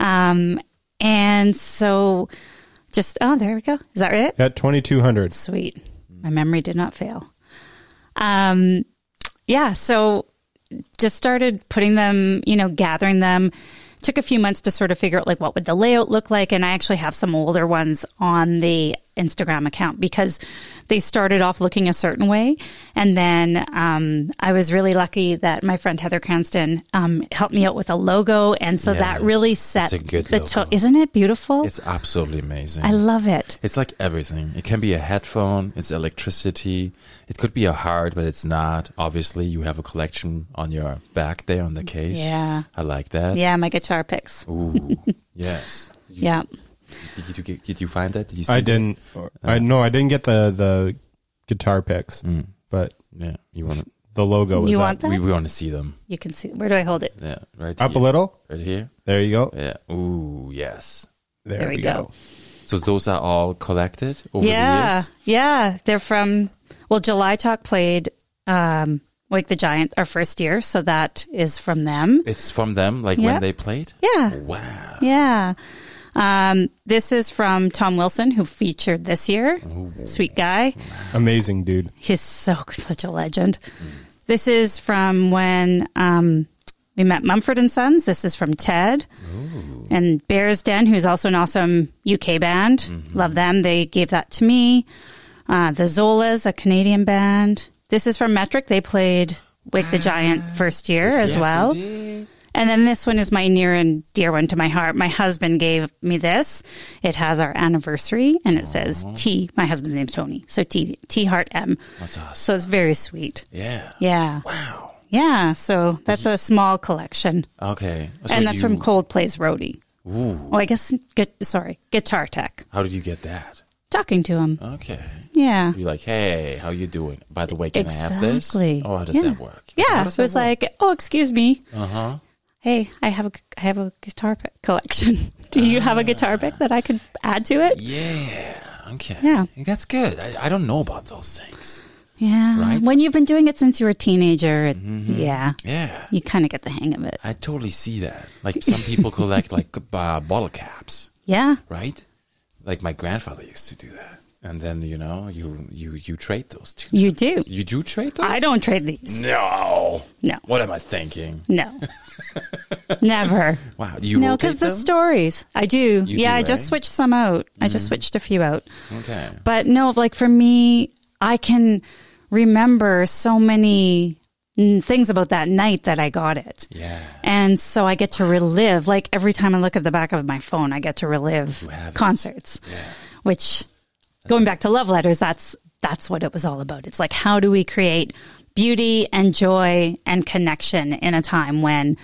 S2: um, and so just oh there we go is that it
S3: At 2200.
S2: sweet my memory did not fail um, yeah so just started putting them you know gathering them took a few months to sort of figure out like what would the layout look like and i actually have some older ones on the instagram account because they started off looking a certain way and then um, i was really lucky that my friend heather cranston um, helped me out with a logo and so
S1: Yeah.
S2: that really set
S1: It's a good
S2: the
S1: logo.
S2: tone isn't it beautiful
S1: It's absolutely amazing.
S2: i love it
S1: It's like everything. It can be a headphone, it's electricity, it could be a heart, but it's not. Obviously, you have a collection on your back there on the case.
S2: Yeah.
S1: I like that.
S2: yeah my guitar picks
S1: Ooh, yes. You-
S2: yeah
S1: Did you, get- did you find that? Did you see
S3: I
S1: that?
S3: didn't. I no, I didn't get the the guitar picks, but
S1: Mm. Yeah. You want
S3: the logo is
S2: you
S3: up.
S2: want
S1: to,
S2: that
S1: we, we want to see them.
S2: You can see. Where do I hold it?
S1: Yeah. Right
S3: up a
S1: here.
S3: little.
S1: Right here.
S3: There you go.
S1: Yeah. Ooh, yes.
S3: There,
S2: There we
S3: we
S2: go.
S3: go.
S1: So those are all collected over the
S2: Yeah,
S1: years?
S2: yeah. They're from. Well, July Talk played um, Wake the Giant our first year, so that is from them.
S1: It's from them, like
S2: Yeah.
S1: when they played?
S2: Yeah,
S1: Wow.
S2: yeah. Um, this is from Tom Wilson, who featured this year.
S1: Oh,
S2: Sweet guy.
S3: Amazing, dude.
S2: He's so such a legend. This is from when um, we met Mumford and Sons. This is from Ted and Bears Den, who's also an awesome UK band. Love them. They gave that to me. Uh, the Zolas, a Canadian band. This is from Metric. They played Wake the Giant first year as well. And then this one is my near and dear one to my heart. My husband gave me this. It has our anniversary and it says T. My husband's name's Tony. So T T Heart M.
S1: That's awesome.
S2: So it's very sweet.
S1: Yeah.
S2: Yeah.
S1: Wow.
S2: Yeah. So that's a small collection.
S1: Okay. So
S2: and that's
S1: you-
S2: from Coldplay's Roadie.
S1: Ooh.
S2: Well, I guess, gu- sorry, Guitar Tech.
S1: How did you get that?
S2: Talking to him.
S1: Okay.
S2: Yeah.
S1: You're like, hey, how you doing? By the way, can I have this?
S2: Exactly.
S1: Oh, how does
S2: Yeah.
S1: that work?
S2: Yeah.
S1: How
S2: It
S1: does
S2: was
S1: that work?
S2: like, oh, excuse me.
S1: uh huh.
S2: Hey, I have a, gu- I have a guitar pick collection. Do you have a guitar pick that I could add to it?
S1: Yeah. Okay.
S2: Yeah.
S1: That's good. I, I don't know about those things.
S2: Yeah.
S1: Right? Mm-hmm.
S2: When you've been doing it since you were a teenager, it, yeah,
S1: Yeah.
S2: you kind of get the hang of it.
S1: I totally see that. Like some people collect like uh, bottle caps,
S2: Yeah.
S1: right? Like my grandfather used to do that. And then you know you you you trade those two.
S2: You do.
S1: You do trade those?
S2: I don't trade these.
S1: No.
S2: No.
S1: What am I thinking?
S2: No. Never.
S1: Wow. Do you
S2: no,
S1: rotate
S2: because the
S1: them?
S2: stories. I do.
S1: You
S2: yeah,
S1: do, Mm.
S2: I
S1: eh?
S2: just switched some out. I just switched a few out.
S1: Okay.
S2: But no, like for me, I can remember so many mm, things about that night that I got it.
S1: Yeah.
S2: And so I get to relive, like every time I look at the back of my phone, I get to relive
S1: have it.
S2: concerts, which going back to love letters, that's that's what it was all about. It's like how do we create beauty and joy and connection in a time when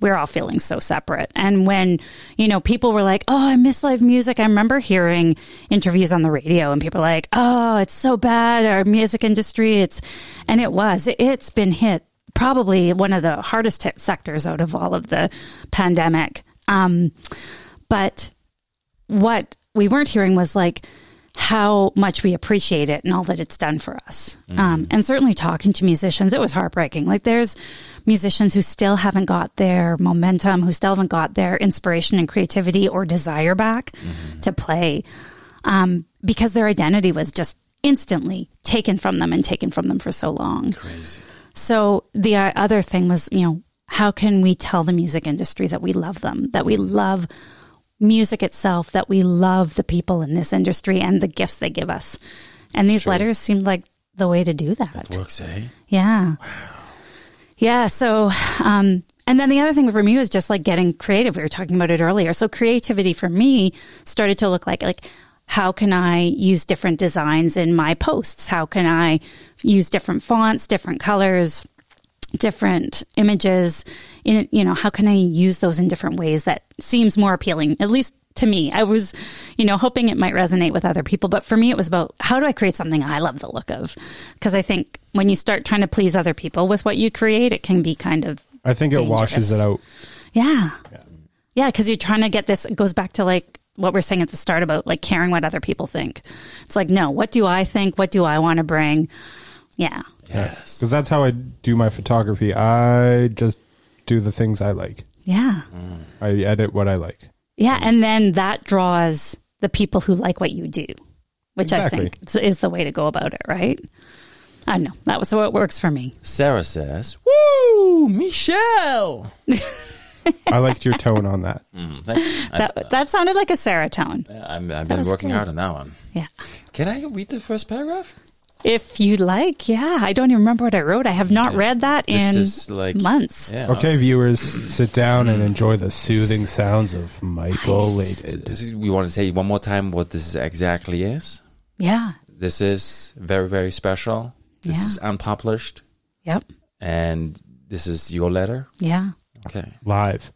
S2: we're all feeling so separate. And when, you know, people were like, oh, I miss live music. I remember hearing interviews on the radio and people were like, oh, it's so bad. Our music industry, it's, and it was, it's been hit probably one of the hardest hit sectors out of all of the pandemic. Um, but what we weren't hearing was like how much we appreciate it and all that it's done for us. Um, and certainly talking to musicians, it was heartbreaking. Like there's musicians who still haven't got their momentum, who still haven't got their inspiration and creativity or desire back to play um, because their identity was just instantly taken from them and taken from them for so long.
S1: Crazy.
S2: So the uh, other thing was, you know, how can we tell the music industry that we love them, that we love music itself, that we love the people in this industry and the gifts they give us? And these letters seemed like the way to do that.
S1: Works, eh?
S2: Yeah. Yeah. So, um, and then the other thing for me was just like getting creative. We were talking about it earlier. So creativity for me started to look like like how can I use different designs in my posts? How can I use different fonts, different colors, different images? In you know, how can I use those in different ways that seems more appealing, at least to me. I was, you know, hoping it might resonate with other people, but for me, it was about how do I create something I love the look of? Because I think when you start trying to please other people with what you create, it can be kind of,
S3: I think it washes it
S2: Dangerous.
S3: out.
S2: yeah. Yeah. Because you're trying to get this, it goes back to like what we're saying at the start about like caring what other people think. It's like, no, what do I think? What do I want to bring? Yeah.
S1: Yes.
S3: because that's how I do my photography. I just do the things I like.
S2: Yeah.
S3: I edit what I like.
S2: Yeah. And then that draws the people who like what you do, which
S3: Exactly.
S2: I think is- is the way to go about it, right? I don't know. That was what works for me.
S1: Sarah says, "Woo, Michelle."
S3: I liked your tone on that.
S1: Mm, thank you. I,
S2: That, that sounded like a serotonin.
S1: I'm, I've
S2: that
S1: been
S2: was
S1: working
S2: good.
S1: hard on that one.
S2: Yeah.
S1: Can I read the first paragraph?
S2: If you like, yeah. I don't even remember what I wrote. I have not read that
S1: This
S2: in
S1: is like
S2: months.
S1: Yeah. Mm.
S3: Okay, viewers, sit down and enjoy the soothing sounds of Michael Lated.
S1: This is- we want to say one more time what this exactly is.
S2: Yeah.
S1: This is very very special. This
S2: Yeah.
S1: is unpublished,
S2: Yep.
S1: and this is your letter.
S2: Yeah.
S1: Okay.
S3: Live.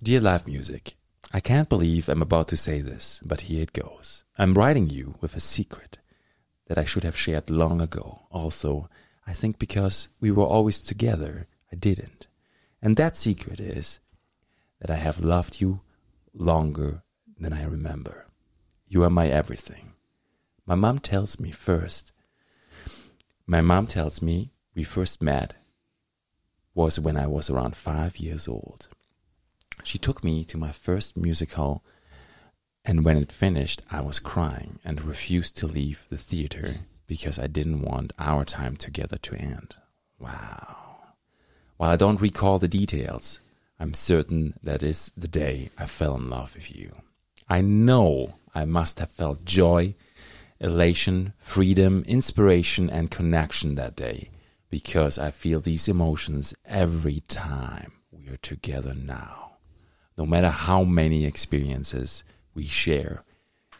S1: Dear Live Music, I can't believe I'm about to say this, but here it goes. I'm writing you with a secret that I should have shared long ago. Also, I think because we were always together, I didn't. And that secret is that I have loved you longer than I remember. You are my everything. My mom tells me first. My mom tells me we first met was when I was around five years old. She took me to my first musical, and when it finished, I was crying and refused to leave the theater because I didn't want our time together to end. Wow. While I don't recall the details, I'm certain that is the day I fell in love with you. I know I must have felt joy, elation, freedom, inspiration, and connection that day because I feel these emotions every time we are together now no matter how many experiences we share,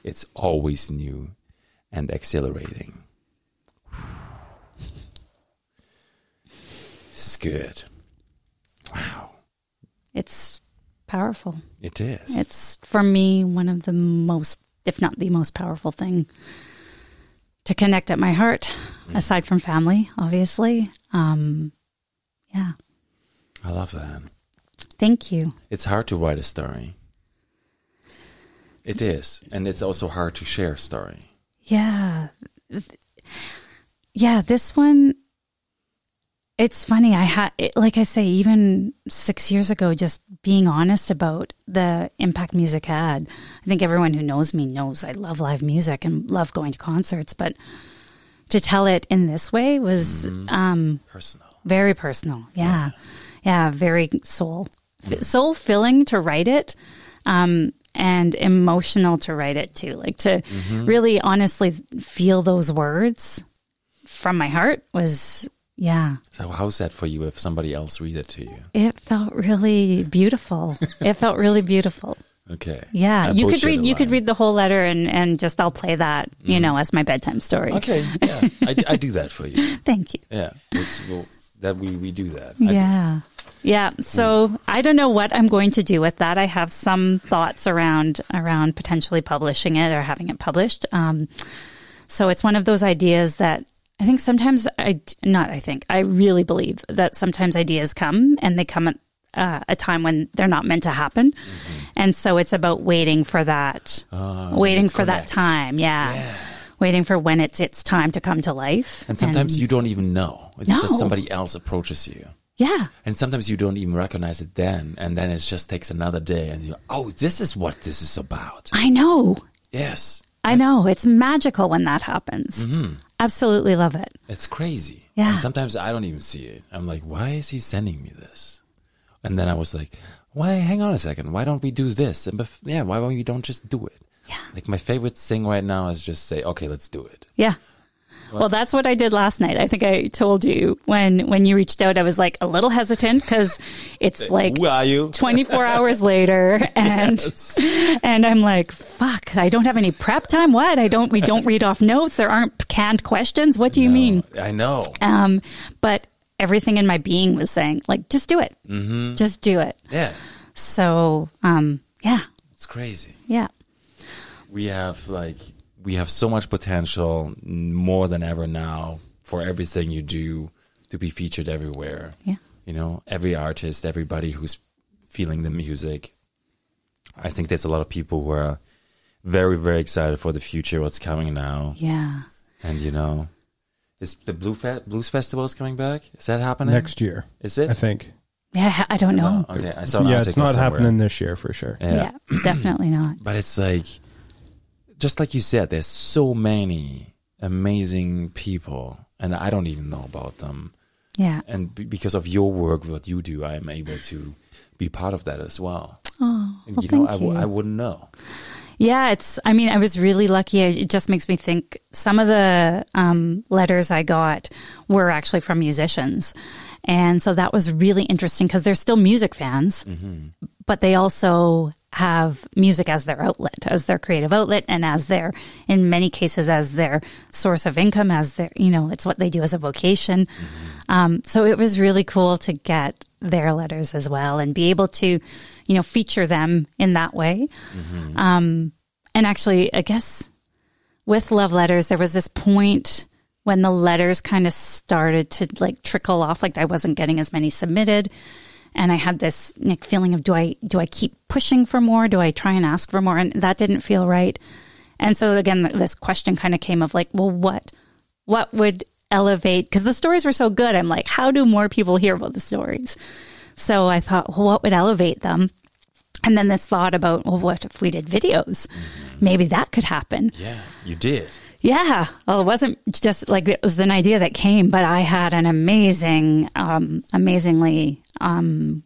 S1: it's always new and exhilarating. This is good. Wow.
S2: It's powerful.
S1: It is.
S2: It's for me one of the most, if not the most powerful thing to connect at my heart, aside from family, obviously. Um, yeah.
S1: I love that.
S2: Thank you.
S1: It's hard to write a story. It is. And it's also hard to share a story.
S2: Yeah. Th- Yeah, this one it's funny. I had it, like I say even 6 years ago just being honest about the impact music had. I think everyone who knows me knows I love live music and love going to concerts, but to tell it in this way was um
S1: Personal.
S2: very personal. Yeah. Yeah, very soul soul filling to write it. Um and emotional to write it too. Like to
S1: Mm-hmm.
S2: really honestly feel those words from my heart was yeah.
S1: So how's that for you if somebody else reads it to you?
S2: It felt really beautiful. it felt really beautiful.
S1: Okay.
S2: Yeah,
S1: I
S2: you could
S1: butchered
S2: read
S1: a
S2: you could
S1: line.
S2: read the whole letter and and just I'll play that you know as my bedtime story.
S1: Okay. Yeah. I, I do that for you.
S2: thank you.
S1: Yeah. It's well, that we we do that. I do-
S2: Yeah. Yeah, so I don't know what I'm going to do with that. I have some thoughts around around potentially publishing it or having it published. Um, so it's one of those ideas that I think sometimes I not I think I really believe that sometimes ideas come and they come at uh, a time when they're not meant to happen,
S1: Mm-hmm.
S2: and so it's about waiting for that, waiting for that
S1: Ah, connects.
S2: time. Yeah. Waiting for when it's its time to come to life,
S1: And sometimes you don't even know. It's
S2: No.
S1: just somebody else approaches you.
S2: yeah,
S1: And sometimes you don't even recognize it then. And then it just takes another day and you oh, this is what this is about.
S2: I know.
S1: Yes.
S2: I know. It's magical when that happens. Absolutely love it.
S1: It's crazy.
S2: Yeah.
S1: And sometimes I don't even see it. I'm like, why is he sending me this? And then I was like, why? Hang on a second. Why don't we do this? And bef- yeah, why don't we don't just do it?
S2: Yeah.
S1: Like my favorite thing right now is just say, okay, let's do it.
S2: Yeah. Well, that's what I did last night. I think I told you when when you reached out, I was like a little hesitant because it's like
S1: Who are you?
S2: 24 hours later and and I'm like, fuck, I don't have any prep time. What? I don't we don't read off notes. There aren't canned questions. What do you mean?
S1: I know.
S2: Um, but everything in my being was saying like just do it. Mm-hmm. Just do it.
S1: Yeah.
S2: So, um, yeah.
S1: It's crazy.
S2: Yeah.
S1: we have like we have so much potential n- more than ever now for everything you do to be featured everywhere
S2: Yeah.
S1: you know every artist everybody who's feeling the music i think there's a lot of people who are very very excited for the future what's coming now
S2: Yeah.
S1: and you know is the blue Fe- blues festival is coming back is that happening
S3: next year.
S1: is it
S3: I think.
S2: Yeah, I don't know.
S1: Oh, okay i saw an
S3: yeah, it's
S1: article
S3: not
S1: somewhere.
S3: happening this year for sure.
S1: yeah.
S2: Yeah, definitely not.
S1: but it's like just like you said there's so many amazing people and i don't even know about them
S2: Yeah.
S1: and b- because of your work what you do i am able to be part of that as well
S2: Oh,
S1: and
S2: well,
S1: you know I
S2: thank
S1: w-
S2: you.
S1: I wouldn't know
S2: yeah, it's, I mean, I was really lucky. I- It just makes me think some of the um, letters I got were actually from musicians. And so that was really interesting because they're still music fans, but they also have music as their outlet, as their creative outlet, and as their, in many cases, as their source of income, as their, you know, it's what they do as a vocation. Um, so it was really cool to get their letters as well and be able to, you know, feature them in that way. Um, and actually, I guess with love letters, there was this point when the letters kind of started to like trickle off. Like I wasn't getting as many submitted, and I had this like feeling of do I do I keep pushing for more? Do I try and ask for more? And that didn't feel right. And so again, th- this question kind of came of like, well, what what would elevate? Because the stories were so good, I'm like, how do more people hear about the stories? So I thought, well, what would elevate them? And then this thought about, well, what if we did videos? Maybe that could happen.
S1: yeah you did
S2: Yeah. Well, it wasn't just like it was an idea that came, but I had an amazing, um, amazingly um,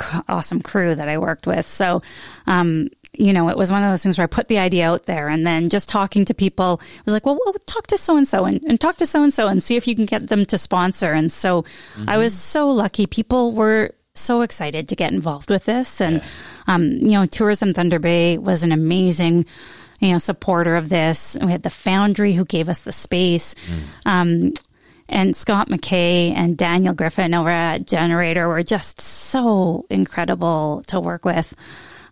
S2: c- awesome crew that I worked with. So, um, you know, it was one of those things where I put the idea out there and then just talking to people, I was like, well, well talk to so and so and talk to so and so and see if you can get them to sponsor. And so I was so lucky. People were so excited to get involved with this. And, um, you know, Tourism Thunder Bay was an amazing you know, supporter of this. We had the Foundry who gave us the space. Um, and Scott McKay and Daniel Griffin over at Generator were just so incredible to work with.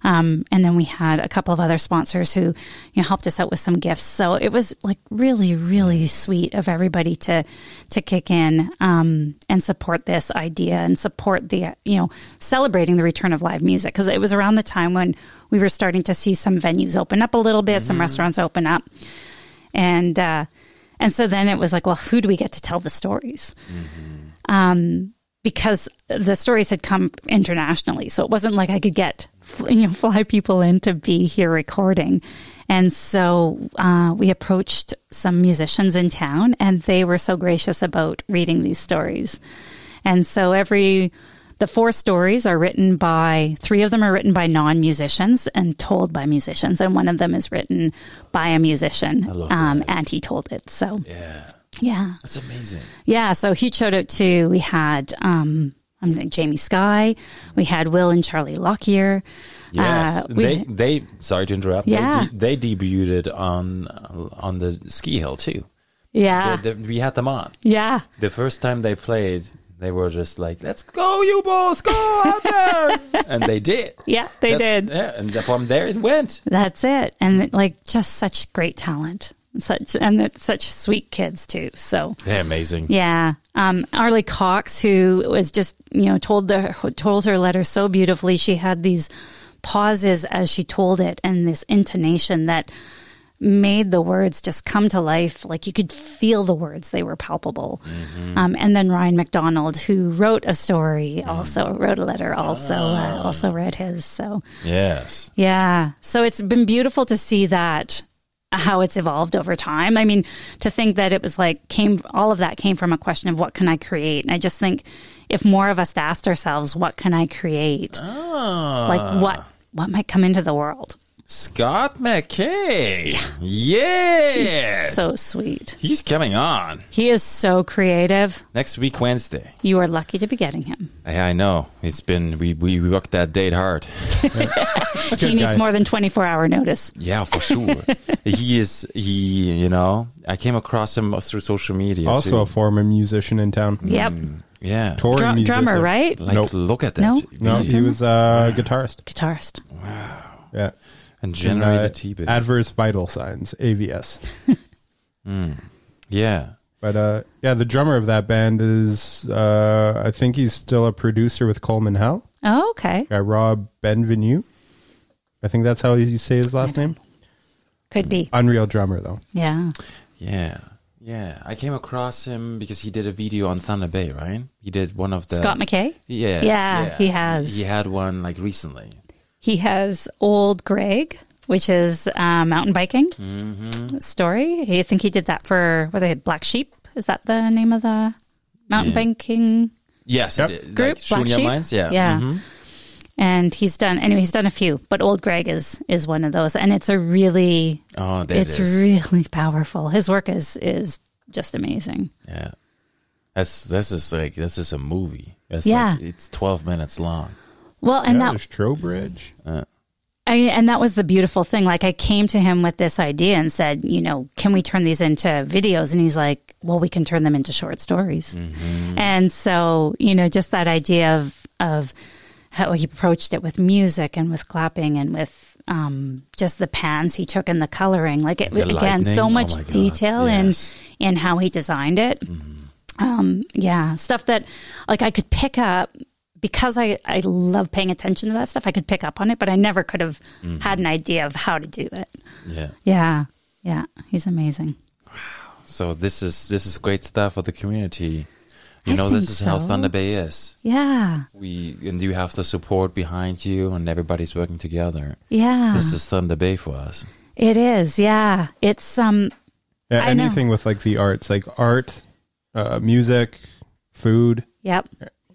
S2: Um, and then we had a couple of other sponsors who, you know, helped us out with some gifts. So it was like really, really sweet of everybody to to kick in um, and support this idea and support the, you know, celebrating the return of live music because it was around the time when we were starting to see some venues open up a little bit, some restaurants open up, and uh, and so then it was like, well, who do we get to tell the stories? Um, because the stories had come internationally, so it wasn't like I could get you know fly people in to be here recording. And so uh, we approached some musicians in town, and they were so gracious about reading these stories. And so every the four stories are written by three of them are written by non musicians and told by musicians, and one of them is written by a musician.
S1: love
S2: Um, and he told it. So
S1: yeah
S2: yeah,
S1: that's amazing
S2: yeah. So huge shout out to we had um, I'm thinking Jamie Sky. We had Will and Charlie Lockyer. Uh,
S1: Yes,
S2: we-
S1: they they. Sorry to interrupt.
S2: Yeah.
S1: They, de- they debuted on on the ski hill too.
S2: yeah,
S1: They- they- we had them on
S2: yeah.
S1: the first time they played. They were just like, "Let's go, you boys, go out there!" and they did.
S2: Yeah, they did.
S1: Yeah, and the- from there it went.
S2: That's it. And like just such great talent. Such and that- such sweet kids too. So
S1: They're amazing.
S2: yeah. Um, Arlie Cox, who was just, you know, told the told her letter so beautifully. She had these pauses as she told it and this intonation that made the words just come to life. Like you could feel the words, they were palpable. Um, and then Ryan McDonald, who wrote a story, also wrote a letter, also uh, also read his. So
S1: Yes.
S2: yeah. So it's been beautiful to see that how it's evolved over time. I mean, to think that it was like came all of that came from a question of what can I create? And I just think if more of us asked ourselves what can I create?
S1: Ah,
S2: Like what what might come into the world?
S1: Scott McKay. Yes.
S2: So sweet.
S1: He's coming on
S2: He is so creative.
S1: next week Wednesday.
S2: You are lucky to be getting him.
S1: I, I know. It's been we, we we worked that date hard.
S2: He needs
S3: guy.
S2: more than 24-hour notice.
S1: Yeah, for sure. he is he, you know. I came across him through social media.
S3: Also a
S1: too.
S3: former musician in town.
S2: Yep.
S1: yeah.
S3: Touring
S2: Dru-
S3: musician.
S2: drummer, right?
S1: Like
S3: Nope.
S1: look at that.
S2: No?
S3: No, he
S1: Mm-hmm.
S3: was a guitarist.
S2: Guitarist.
S1: and
S3: Yeah. And,
S1: generated
S3: uh,
S1: T-bit.
S3: adverse vital signs, AVS.
S1: yeah.
S3: But uh, yeah, the drummer of that band is, uh, I think he's still a producer with Coleman Hell,
S2: Oh, okay.
S3: guy Rob Benvenue. I think that's how you say his last name.
S2: Could be.
S3: Unreal drummer, though.
S2: Yeah.
S1: Yeah. Yeah. I came across him because he did a video on Thunder Bay, right? He did one of the
S2: Scott McKay?
S1: Uh, Yeah.
S2: Yeah, he has.
S1: He had one like recently.
S2: He has Old Greg, which is uh, mountain biking
S1: Mm-hmm.
S2: story. I think he did that for what they had Black Sheep. Is that the name of the mountain
S1: Yeah.
S2: biking
S1: Yes,
S3: Yep.
S1: he did.
S2: group?
S1: like Shunya
S2: Sheep?
S1: Mines, yeah.
S2: yeah.
S1: Mhm.
S2: And he's done anyway. He's done a few, but Old Greg is is one of those, and it's a really
S1: Oh, that
S2: it's
S1: is.
S2: really powerful. His work is is just amazing.
S1: yeah. That's this is like this is a movie. That's
S2: Yeah.
S1: like, it's 12 minutes long.
S2: Well, and
S3: yeah,
S2: that
S3: there's Trowbridge.
S2: I, and that was the beautiful thing. Like I came to him with this idea and said, you know, can we turn these into videos? And he's like, well, we can turn them into short stories.
S1: Mm-hmm.
S2: And so, you know, just that idea of of how he approached it with music and with clapping and with um, just the pans he took and the coloring. Like it,
S1: The
S2: again,
S1: lightning. Oh
S2: so much
S1: my God.
S2: detail
S1: Yes.
S2: in in how he designed it. Um, yeah, stuff that like I could pick up because I, I love paying attention to that stuff. I could pick up on it, but I never could have
S1: Mm-hmm.
S2: had an idea of how to do it.
S1: Yeah.
S2: Yeah. Yeah. He's amazing.
S1: So this is this is great stuff for the community. You
S2: I
S1: know, this is
S2: think
S1: how
S2: so.
S1: Thunder Bay is.
S2: Yeah.
S1: We and you have the support behind you, and everybody's working together.
S2: Yeah.
S1: This is Thunder Bay for us.
S2: it is. Yeah. It's, um,
S3: Yeah,
S2: I know.
S3: anything with like the arts, like art, uh, music, food.
S2: yep.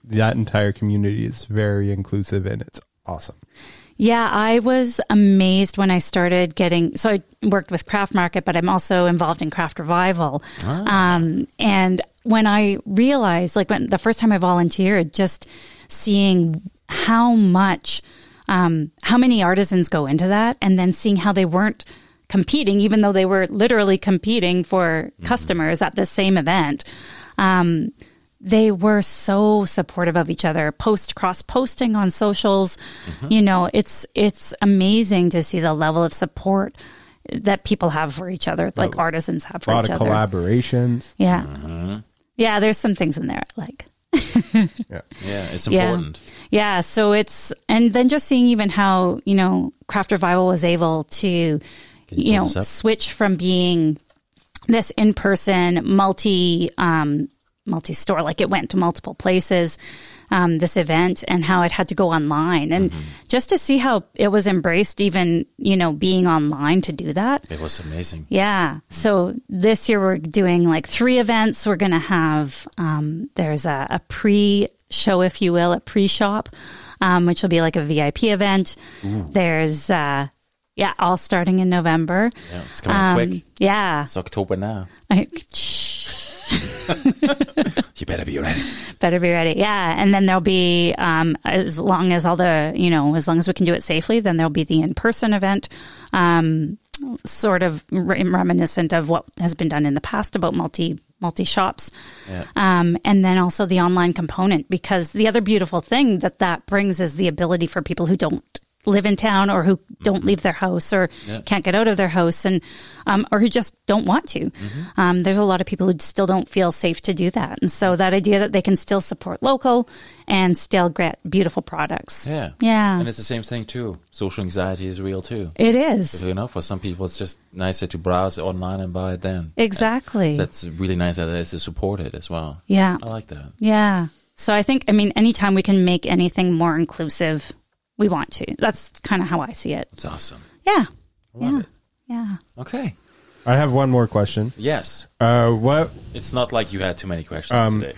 S3: That entire community is very inclusive and it's awesome.
S2: Yeah, I was amazed when I started getting. So I worked with Craft Market, but I'm also involved in Craft Revival. Um, and when I realized, like, when the first time I volunteered, just seeing how much, um, how many artisans go into that, and then seeing how they weren't competing, even though they were literally competing for customers at the same event. Um, they were so supportive of each other post cross posting on socials
S3: Mm-hmm.
S2: you know it's it's amazing to see the level of support that people have for each other like artisans have
S3: A
S2: for
S3: lot
S2: each
S3: of Mm-hmm.
S2: other
S3: collaborations.
S2: yeah yeah there's some things in there I like
S1: Yeah, it's
S2: Yeah.
S1: important.
S2: Yeah, so it's and then just seeing even how you know Craft Revival was able to,
S1: you pull
S2: you know,
S1: this up?
S2: switch from being this in person multi um, multi store like it went to multiple places. Um, this event and how it had to go online, and
S1: Mm-hmm.
S2: just to see how it was embraced, even you know, being online to do that.
S1: It was amazing.
S2: Yeah. So this year we're doing like three events. We're going to have, um, there's a, a pre show, if you will, a pre shop, um, which will be like a VIP event. There's, uh, yeah, all starting in November.
S1: Yeah, it's coming
S2: Um,
S1: quick.
S2: Yeah.
S1: It's October now.
S2: I- shh.
S1: You better be ready.
S2: Better be ready. Yeah. And then there'll be, um, as long as all the, you know, as long as we can do it safely, then there'll be the in person event, um, sort of re- reminiscent of what has been done in the past about multi multi shops.
S1: Yeah.
S2: Um, and then also the online component, because the other beautiful thing that that brings is the ability for people who don't live in town or who
S1: Mm-hmm.
S2: don't leave their house or can't get out of their house and um, or who just don't want to.
S1: Mm-hmm.
S2: Um, there's a lot of people who still don't feel safe to do that, and so that idea that they can still support local and still get beautiful products.
S1: Yeah.
S2: Yeah.
S1: And it's the same thing too. Social anxiety is real too.
S2: It is
S1: You know, for some people, it's just nicer to browse online and buy it then.
S2: exactly.
S1: That's really nice that this is supported as well.
S2: yeah.
S1: I like that.
S2: Yeah. So I think, I mean, anytime we can make anything more inclusive, we want to. That's kind of how I see it.
S1: It's awesome.
S2: Yeah.
S1: Love
S2: yeah.
S1: it.
S2: Yeah.
S1: Okay.
S3: I have one more question.
S1: Yes.
S3: Uh, what?
S1: It's not like you had too many questions today.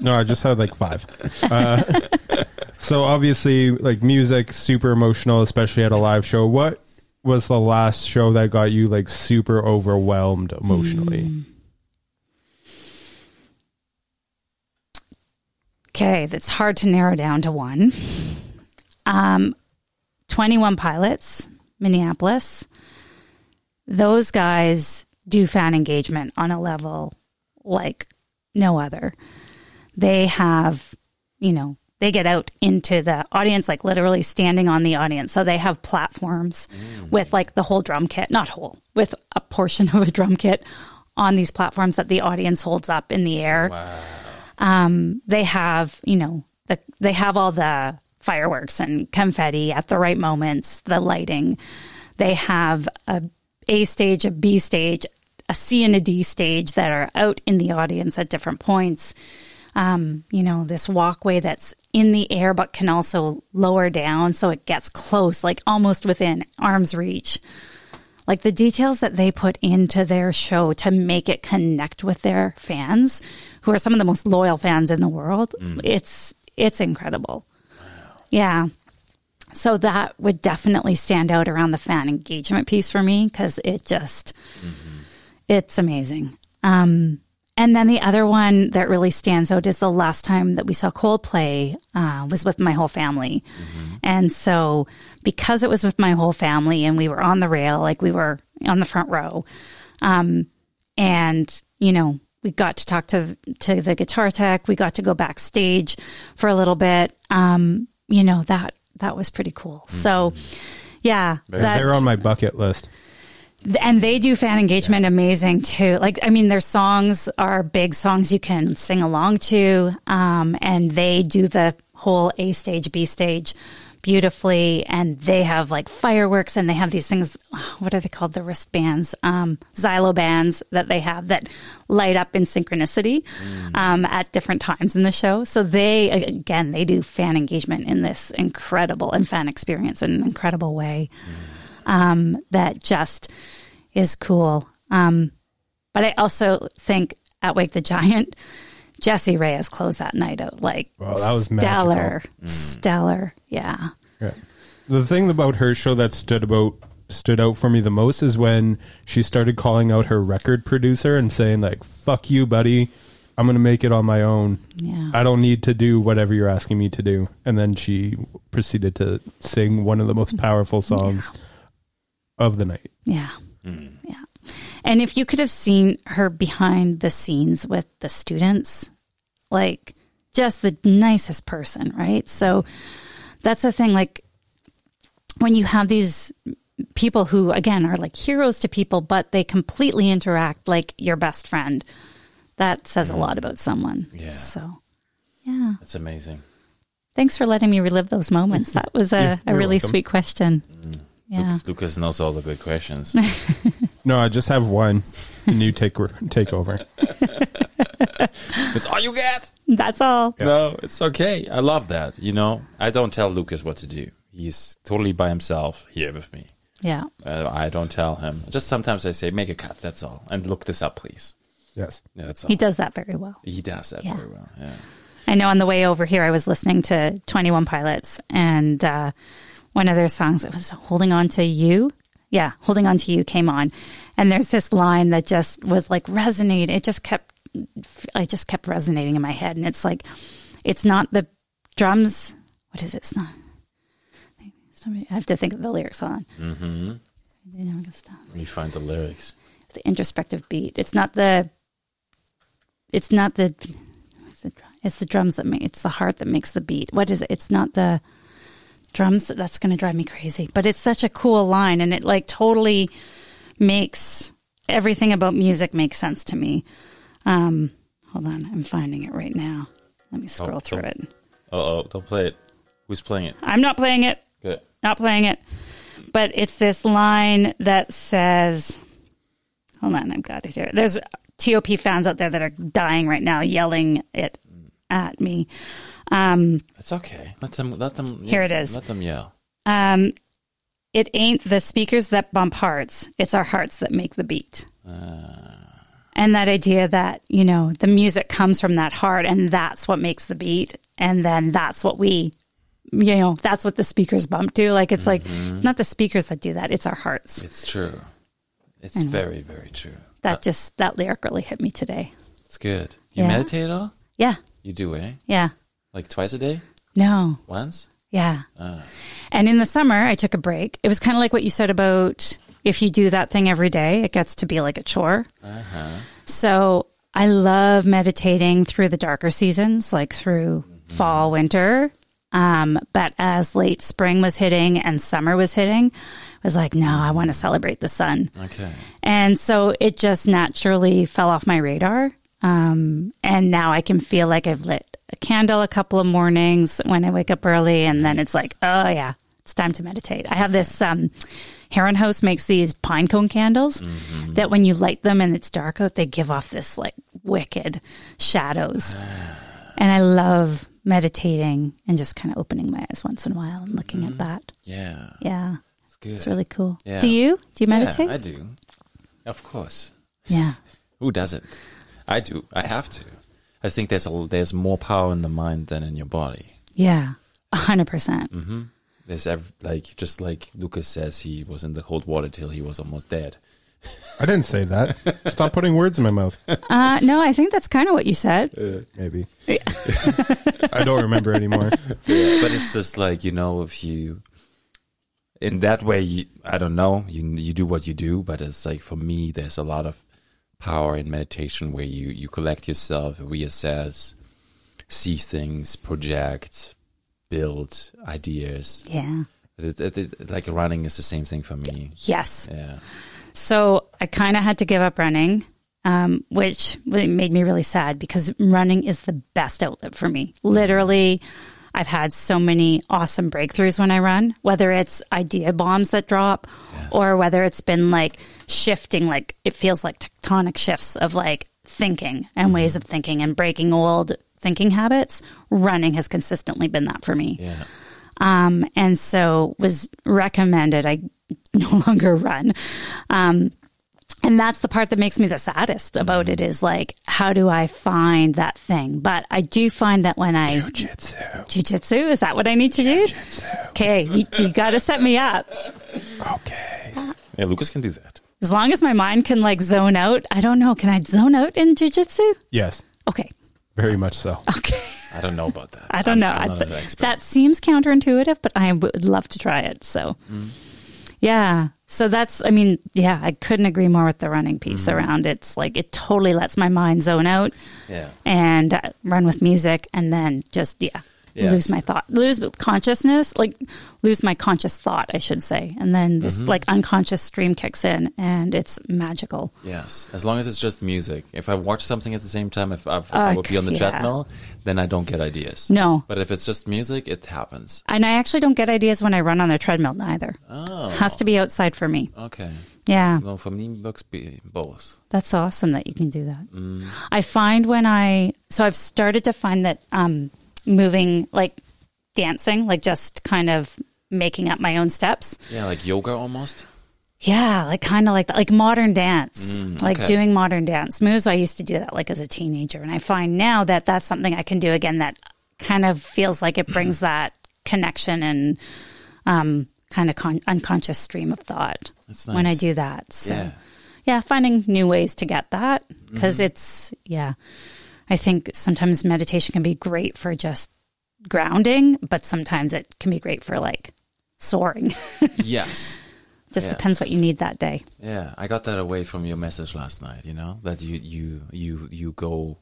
S3: No, I just had like five. Uh, so obviously, like music, super emotional, especially at a live show. What was the last show that got you like super overwhelmed emotionally?
S2: Okay. That's hard to narrow down to one. Um, 21 Pilots, Minneapolis. Those guys do fan engagement on a level like no other. They have, you know, they get out into the audience, like literally standing on the audience. So they have platforms
S1: Mm.
S2: with like the whole drum kit, not whole, with a portion of a drum kit on these platforms that the audience holds up in the air. Um, they have, you know, the, they have all the fireworks and confetti at the right moments, the lighting. They have a A stage, a B stage, a C and a D stage that are out in the audience at different points um, you know, this walkway that's in the air but can also lower down so it gets close, like almost within arm's reach. Like the details that they put into their show to make it connect with their fans, who are some of the most loyal fans in the world, it's it's incredible. Yeah. So that would definitely stand out around the fan engagement piece for me because it just it's amazing. Um, and then the other one that really stands out is the last time that we saw Coldplay uh, was with my whole family. And so, because it was with my whole family and we were on the rail, like we were on the front row, um, and, you know, we got to talk to, to the guitar tech, we got to go backstage for a little bit. Um, you know, that, that was pretty cool. So, yeah. that-
S3: They're on my bucket list.
S2: and they do fan engagement amazing too. Like, I mean, their songs are big songs you can sing along to. Um, and they do the whole A stage, B stage beautifully. And they have like fireworks and they have these things. What are they called? The wristbands, um, xylo bands that they have that light up in synchronicity, um, at different times in the show. So they, again, they do fan engagement in this incredible and fan experience in an incredible way um, that just is cool. Um, but I also think at Wake the Giant, Jesse Reyes closed that night out like
S3: Wow, that was magical. Mm.
S2: stellar, stellar. Yeah,
S3: Yeah. The thing about her show that stood about stood out for me the most is when she started calling out her record producer and saying like "fuck you, buddy." I'm gonna make it on my own.
S2: Yeah.
S3: I don't need to do whatever you're asking me to do. And then she proceeded to sing one of the most powerful songs of the night.
S2: yeah,
S3: Hmm.
S2: yeah. And if you could have seen her behind the scenes with the students, like just the nicest person, right? So that's the thing. Like when you have these people who again are like heroes to people but they completely interact like your best friend that says
S3: Hmm.
S2: a lot about someone
S1: Yeah.
S2: so yeah
S1: That's amazing.
S2: thanks for letting me relive those moments that was a,
S3: You're-
S2: a
S3: you're
S2: really
S3: welcome. Hmm.
S2: sweet question yeah
S1: Lucas knows all the good questions.
S3: No, I just have one. And you take take over.
S1: it's all you get.
S2: that's all
S1: No, it's okay. I love that. You know, I don't tell Lucas what to do. He's totally by himself here with me.
S2: yeah
S1: Uh, I don't tell him. Just sometimes I say, make a cut. That's all. And look this up, please.
S3: Yes.
S1: Yeah, that's all.
S2: he does that very well
S1: He does that
S2: Yeah.
S1: very well. Yeah.
S2: I know on the way over here, I was listening to 21 Pilots and uh, one of their songs, it was Holding On to You. Yeah, Holding On to You came on. And there's this line that just was like resonate. It just kept f- I just kept resonating in my head. And it's like, it's not the drums. What is it? It's not. I have to think of the lyrics. Hold on.
S1: Mm-hmm.
S2: You know, I'm gonna stop.
S1: You find the lyrics.
S2: The introspective beat. It's not the. It's not the. It's the, drum- it's the drums that make. It's the heart that makes the beat. What is it? It's not the drums. That's going to drive me crazy. But it's such a cool line, and it like totally makes everything about music make sense to me. Um, hold on, I'm finding it right now. Let me scroll through
S1: oh.
S2: it.
S1: Oh, oh, don't play it. Who's playing it?
S2: I'm not playing it.
S1: Good.
S2: Not playing it. But it's this line that says, "Hold on, I've got it here." There's TOP fans out there that are dying right now, yelling it at me. Um,
S1: It's okay. Let them. Let them.
S2: Here it is.
S1: Let them yell.
S2: um, it ain't the speakers that bump hearts; it's our hearts that make the beat. and that idea that you know the music comes from that heart, and that's what makes the beat, and then that's what we, you know, that's what the speakers bump to. Like it's like it's not the speakers that do that; it's our hearts.
S1: It's true. It's very, very true.
S2: That just that lyric really hit me today.
S1: It's good. You
S2: Yeah.
S1: meditate at all?
S2: Yeah,
S1: You do, eh?
S2: yeah,
S1: Like twice a day?
S2: no,
S1: Once?
S2: yeah. And in the summer, I took a break. It was kind of like what you said about if you do that thing every day, it gets to be like a chore.
S1: Uh huh.
S2: So I love meditating through the darker seasons, like through fall, winter. Um, but as late spring was hitting and summer was hitting, I was like, no, I want to celebrate the sun.
S1: Okay.
S2: And so it just naturally fell off my radar. Um, and now I can feel like I've lit a candle a couple of mornings when I wake up early. And then it's like, oh, yeah, it's time to meditate. I have this um, Heron House makes these pine cone candles
S1: Mm-hmm.
S2: that when you light them and it's dark out, they give off this like wicked shadows. and I love meditating and just kind of opening my eyes once in a while and looking at that.
S1: Yeah.
S2: Yeah,
S1: It's good.
S2: it's really cool.
S1: Mm-hmm. Yeah.
S2: Do you? Do you meditate?
S1: Yeah, I do. Of course.
S2: yeah.
S1: Who doesn't? I do. I have to. I think there's a, there's more power in the mind than in your body.
S2: Yeah, a hundred percent.
S1: There's ev- like just like Lucas says, he was in the cold water till he was almost dead.
S3: I didn't say that. Stop putting words in my mouth.
S2: Uh, no, I think that's kind of what you said.
S3: Maybe. I don't remember anymore.
S1: Yeah, but it's just like you know, if you in that way, you, I don't know, you you do what you do, but it's like for me, there's a lot of power in meditation where you you collect yourself, reassess, see things, project, build ideas.
S2: Yeah.
S1: It- it- it- like running is the same thing for me.
S2: Yes.
S1: Yeah,
S2: So I kind of had to give up running, um, which really made me really sad because running is the best outlet for me. Literally, I've had so many awesome breakthroughs when I run, whether it's idea bombs that drop or whether it's been like shifting, like it feels like tectonic shifts of like thinking and ways of thinking and breaking old thinking habits. Running has consistently been that for me.
S1: yeah.
S2: um, and so was recommended I no longer run. Um, and that's the part that makes me the saddest about it is like, how do I find that thing? But I do find that when I
S3: Jujitsu.
S2: jujitsu, is that what I need to do? Okay, you, you got to set me up.
S3: Okay.
S1: Yeah, Lucas can do that.
S2: As long as my mind can like zone out, I don't know. Can I zone out in jujitsu?
S3: Yes.
S2: Okay,
S3: Very much so.
S2: okay.
S1: I don't know about that.
S2: I don't know. I
S1: I'm not an
S2: th-
S1: expert.
S2: that seems counterintuitive, but I would love to try it. So,
S1: Mm-hmm.
S2: yeah. So that's, I mean, yeah, I couldn't agree more with the running piece
S1: Mm-hmm.
S2: around it. It's like it totally lets my mind zone out
S1: yeah,
S2: and uh, run with music and then just, yeah,
S1: Yes.
S2: lose my thought, lose consciousness, like lose my conscious thought, I should say. And then this
S1: Mm-hmm.
S2: like unconscious stream kicks in and it's magical.
S1: yes. As long as it's just music. If I watch something at the same time, if I, if
S2: Uh,
S1: I would be on the
S2: yeah.
S1: treadmill, then I don't get ideas.
S2: No.
S1: But if it's just music, it happens.
S2: And I actually don't get ideas when I run on the treadmill neither.
S1: Oh.
S2: Has to be outside for me.
S1: Okay.
S2: Yeah.
S1: Well, for me, books be both.
S2: That's awesome that you can do that.
S1: Mm.
S2: I find when I so I've started to find that um, moving like dancing, like just kind of making up my own steps.
S1: Yeah, like yoga almost.
S2: Yeah, like kind of like that, like modern dance, like
S1: Mm, okay.
S2: doing modern dance moves. I used to do that like as a teenager, and I find now that that's something I can do again. That kind of feels like it brings that connection and um, kind of con- unconscious stream of thought
S1: That's
S2: when I
S1: nice.
S2: do that. So
S1: Yeah.
S2: yeah, finding new ways to get that because
S1: Mm-hmm.
S2: it's yeah. I think sometimes meditation can be great for just grounding, but sometimes it can be great for like soaring.
S1: yes.
S2: just
S1: Yeah.
S2: depends what you need that day.
S1: Yeah, I got that away from your message last night. You know that you you you you go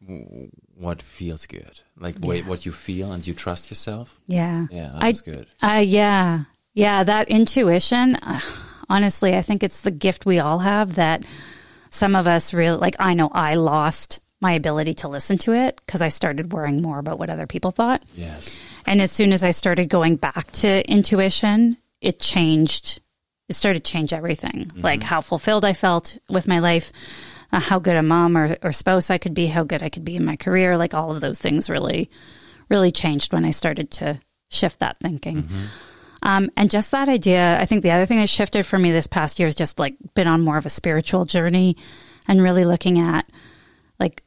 S1: w- what feels good, like wait what you feel, and you trust yourself.
S2: Yeah.
S1: Yeah, that
S2: I-
S1: was good.
S2: Uh, yeah. Yeah. That intuition, uh, honestly, I think it's the gift we all have that some of us really like. I know I lost my ability to listen to it because I started worrying more about what other people thought.
S1: Yes.
S2: And as soon as I started going back to intuition, it changed. It started to change everything, like how fulfilled I felt with my life, uh, how good a mom or, or spouse I could be, how good I could be in my career. Like all of those things really, really changed when I started to shift that thinking. Um, and just that idea, I think the other thing that shifted for me this past year is just like been on more of a spiritual journey and really looking at like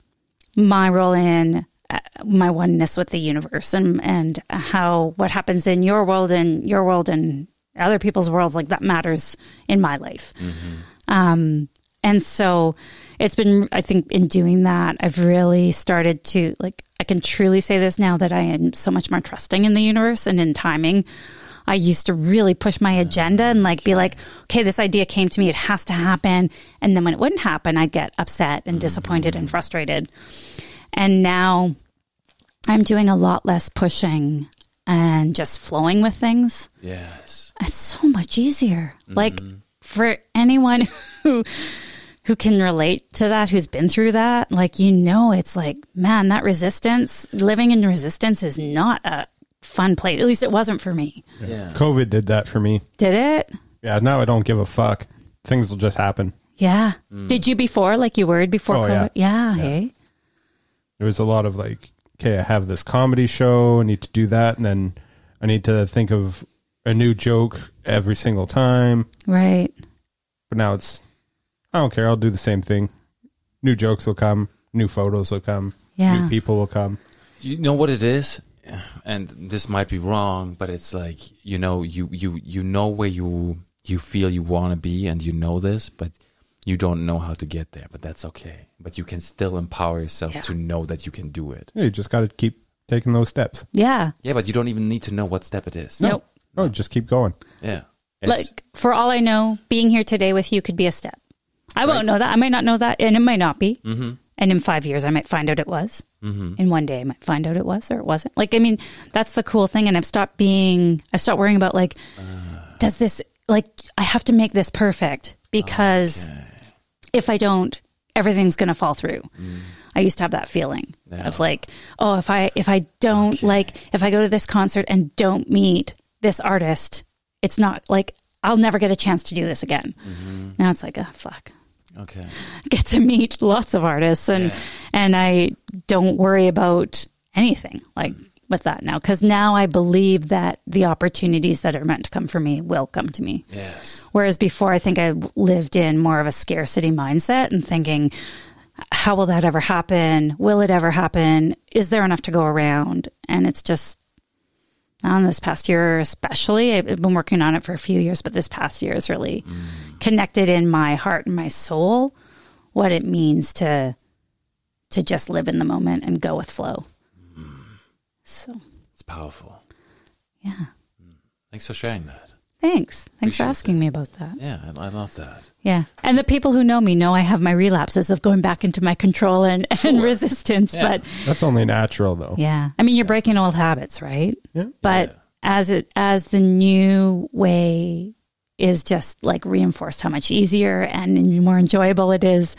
S2: my role in uh, my oneness with the universe and and how what happens in your world and your world and other people's worlds like that matters in my life um and so it's been i think in doing that i've really started to like i can truly say this now that i am so much more trusting in the universe and in timing i used to really push my agenda and like be like okay this idea came to me it has to happen and then when it wouldn't happen i'd get upset and disappointed and frustrated and now i'm doing a lot less pushing and just flowing with things
S1: Yes.
S2: it's so much easier. Like for anyone who who can relate to that, who's been through that, like you know, it's like man, that resistance, living in resistance, is not a fun place. At least it wasn't for me.
S1: Yeah.
S3: COVID did that for me.
S2: Did it?
S3: Yeah, now I don't give a fuck. Things will just happen.
S2: Yeah. Did you before? Like you worried before?
S3: Oh,
S2: COVID? Yeah. Hey.
S3: There was a lot of like, okay, I have this comedy show, I need to do that, and then I need to think of a new joke every single time.
S2: Right.
S3: But now it's, I don't care. I'll do the same thing. New jokes will come. New photos will come.
S2: Yeah.
S3: New people will come.
S1: You know what it is, and this might be wrong, but it's like you know you you you know where you you feel you want to be, and you know this, but you don't know how to get there. But that's okay. But you can still empower yourself
S2: Yeah.
S1: to know that you can do it.
S3: Yeah, You just got to keep taking those steps.
S2: Yeah.
S1: Yeah, but you don't even need to know what step it is.
S2: No.
S3: No, Oh, just keep going.
S1: Yeah.
S2: Like for all I know, being here today with you could be a step. I won't know that. I might not know that, and it might not be. Mm-hmm. And in five years, I might find out it was. Mm-hmm. In one day, I might find out it was or it wasn't. Like, I mean, that's the cool thing. And I've stopped being, I've stopped worrying about like, does this, like, I have to make this perfect because if I don't, everything's going to fall through. I used to have that feeling of like, oh, if I if I don't like if I go to this concert and don't meet this artist, it's not like I'll never get a chance to do this again. Now it's like, oh fuck.
S1: Okay.
S2: Get to meet lots of artists and and I don't worry about anything like with that now cuz now I believe that the opportunities that are meant to come for me will come to me.
S1: Yes.
S2: Whereas before, I think I lived in more of a scarcity mindset and thinking, how will that ever happen? Will it ever happen? Is there enough to go around? And it's just, on this past year, especially, I've been working on it for a few years, but this past year has really connected in my heart and my soul what it means to to just live in the moment and go with flow. So,
S1: It's powerful. Mm.
S2: yeah.
S1: Thanks for sharing that.
S2: Thanks. Thanks for
S1: Appreciate
S2: asking me about that.
S1: Yeah, I, I love that.
S2: Yeah. And the people who know me know I have my relapses of going back into my control and, and resistance.
S1: Yeah.
S2: But
S3: That's only natural, though.
S2: yeah, I mean, you're breaking old habits, right?
S3: Yeah.
S2: But
S1: Yeah.
S2: as it, as the new way is just like reinforced how much easier and more enjoyable it is,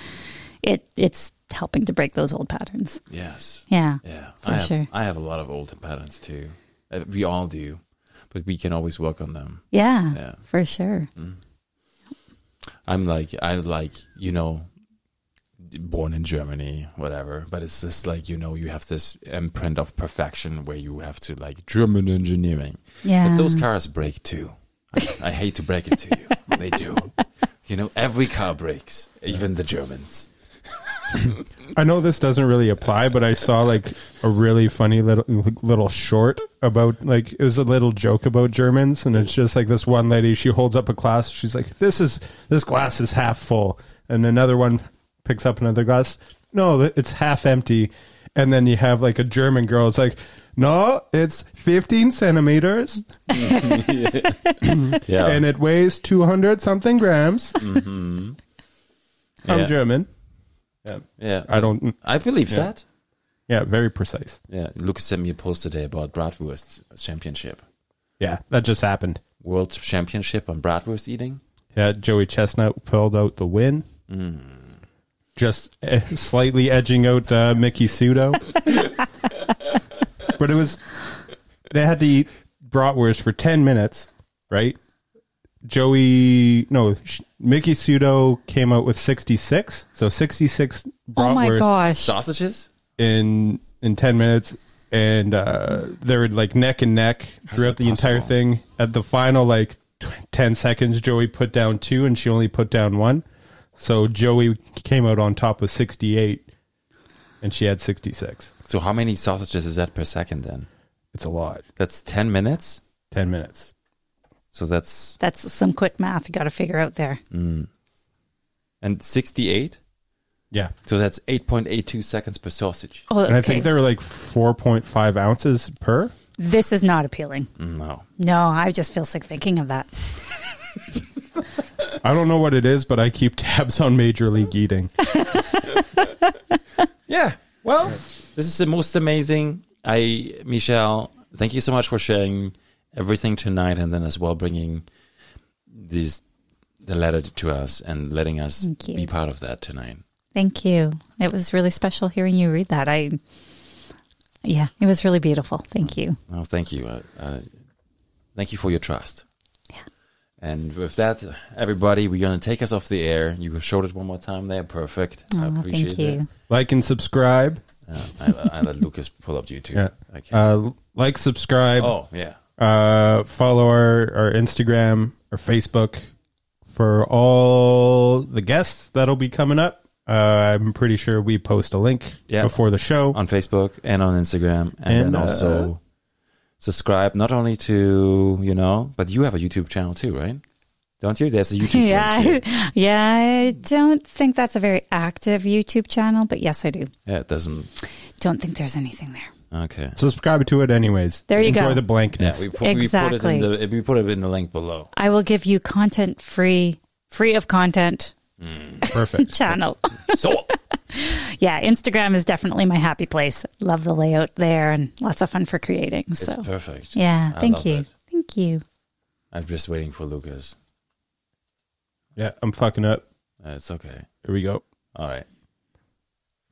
S2: it, it's helping to break those old patterns.
S1: Yes.
S2: Yeah.
S1: Yeah.
S2: For
S1: I have,
S2: sure.
S1: I have a lot of old patterns too. Uh, We all do, but we can always work on them.
S2: Yeah.
S1: Yeah.
S2: For sure.
S1: I'm like, I like, you know, born in Germany, whatever, but it's just like, you know, you have this imprint of perfection where you have to like German engineering.
S2: Yeah.
S1: But those cars break too. I, I hate to break it to you. They do. You know, every car breaks, even the Germans.
S3: I know this doesn't really apply, but I saw like a really funny little little short about like it was a little joke about Germans, and it's just like this one lady she holds up a glass, she's like, "This is this glass is half full," and another one picks up another glass, "No, it's half empty," and then you have like a German girl, it's like, "No, it's fifteen centimeters,
S1: Yeah. Mm,
S3: and it weighs two hundred something grams." I'm
S1: Yeah.
S3: German. Yeah,
S1: yeah.
S3: I don't.
S1: I believe that.
S3: Yeah, very precise.
S1: Yeah. Lucas sent me a post today about Bratwurst Championship.
S3: Yeah, that just happened.
S1: World Championship on Bratwurst eating.
S3: Yeah, Joey Chestnut pulled out the win. Just eh, slightly edging out uh, Mickey Sudo. but it was, they had to eat bratwurst for 10 minutes, right? Joey, no, sh- Mickey Sudo came out with 66. So 66 bratwurst
S2: Oh my gosh.
S1: Sausages?
S3: in in 10 minutes and uh they were like neck and neck throughout
S1: that
S3: the entire
S1: possible?
S3: thing at the final like tw 10 seconds joey put down two and she only put down one so joey came out on top with 68 and she had 66
S1: So how many sausages is that per second then?
S3: it's a lot
S1: That's 10 minutes.
S3: 10 minutes
S1: So that's
S2: That's some quick math you got to figure out there.
S1: and 68.
S3: yeah
S1: So that's 8.82 seconds per sausage.
S2: Oh, okay.
S3: and i think they were like 4.5 ounces per
S2: this is not appealing.
S1: No.
S2: No, I just feel sick thinking of that.
S3: i don't know what it is but i keep tabs on major league eating
S1: Yeah. Well, this is the most amazing. I, Michelle, thank you so much for sharing everything tonight and then as well bringing these the letter to us and letting us
S2: Thank you.
S1: be part of that tonight.
S2: Thank you. It was really special hearing you read that. I, yeah, it was really beautiful. Thank you.
S1: Well, thank you. Uh, uh, thank you for your trust. And with that, everybody, we're going to take us off the air. You showed it one more time there. Perfect. I
S2: Oh,
S1: appreciate
S2: thank you.
S3: like and subscribe
S1: that. Uh, I, I let Lucas pull up YouTube.
S3: yeah
S1: Okay.
S3: uh like subscribe
S1: oh, yeah.
S3: uh, follow our, our Instagram or Facebook for all the guests that'll be coming up. Uh, I'm pretty sure we post a link
S1: Yeah.
S3: before the show.
S1: On Facebook and on Instagram. And, then
S3: And, uh,
S1: also subscribe not only to, you know, but you have a YouTube channel too, right? Don't you? There's a YouTube
S2: Yeah,
S1: link here.
S2: I- yeah. I don't think that's a very active YouTube channel, but yes, I do.
S1: Yeah, it doesn't.
S2: Don't think there's anything there.
S1: Okay.
S3: Subscribe to it, anyways.
S2: There you
S3: Enjoy
S2: go.
S1: Yeah,
S3: the blankness.
S1: we put, we, put it
S2: Exactly.
S1: in the, we put it in the link below.
S2: I will give you content free, free of content
S3: Perfect.
S2: channel.
S1: Sold.
S2: yeah, Instagram is definitely my happy place. Love the layout there and lots of fun for creating.
S1: it's
S2: So,
S1: perfect.
S2: yeah,
S1: I
S2: thank
S1: love
S2: you.
S1: it.
S2: Thank you.
S1: I'm just waiting for Lucas.
S3: yeah, I'm fucking up.
S1: Uh, it's okay.
S3: Here we go.
S1: All right.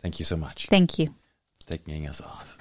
S1: Thank you so much
S2: Thank you.
S1: for taking us off.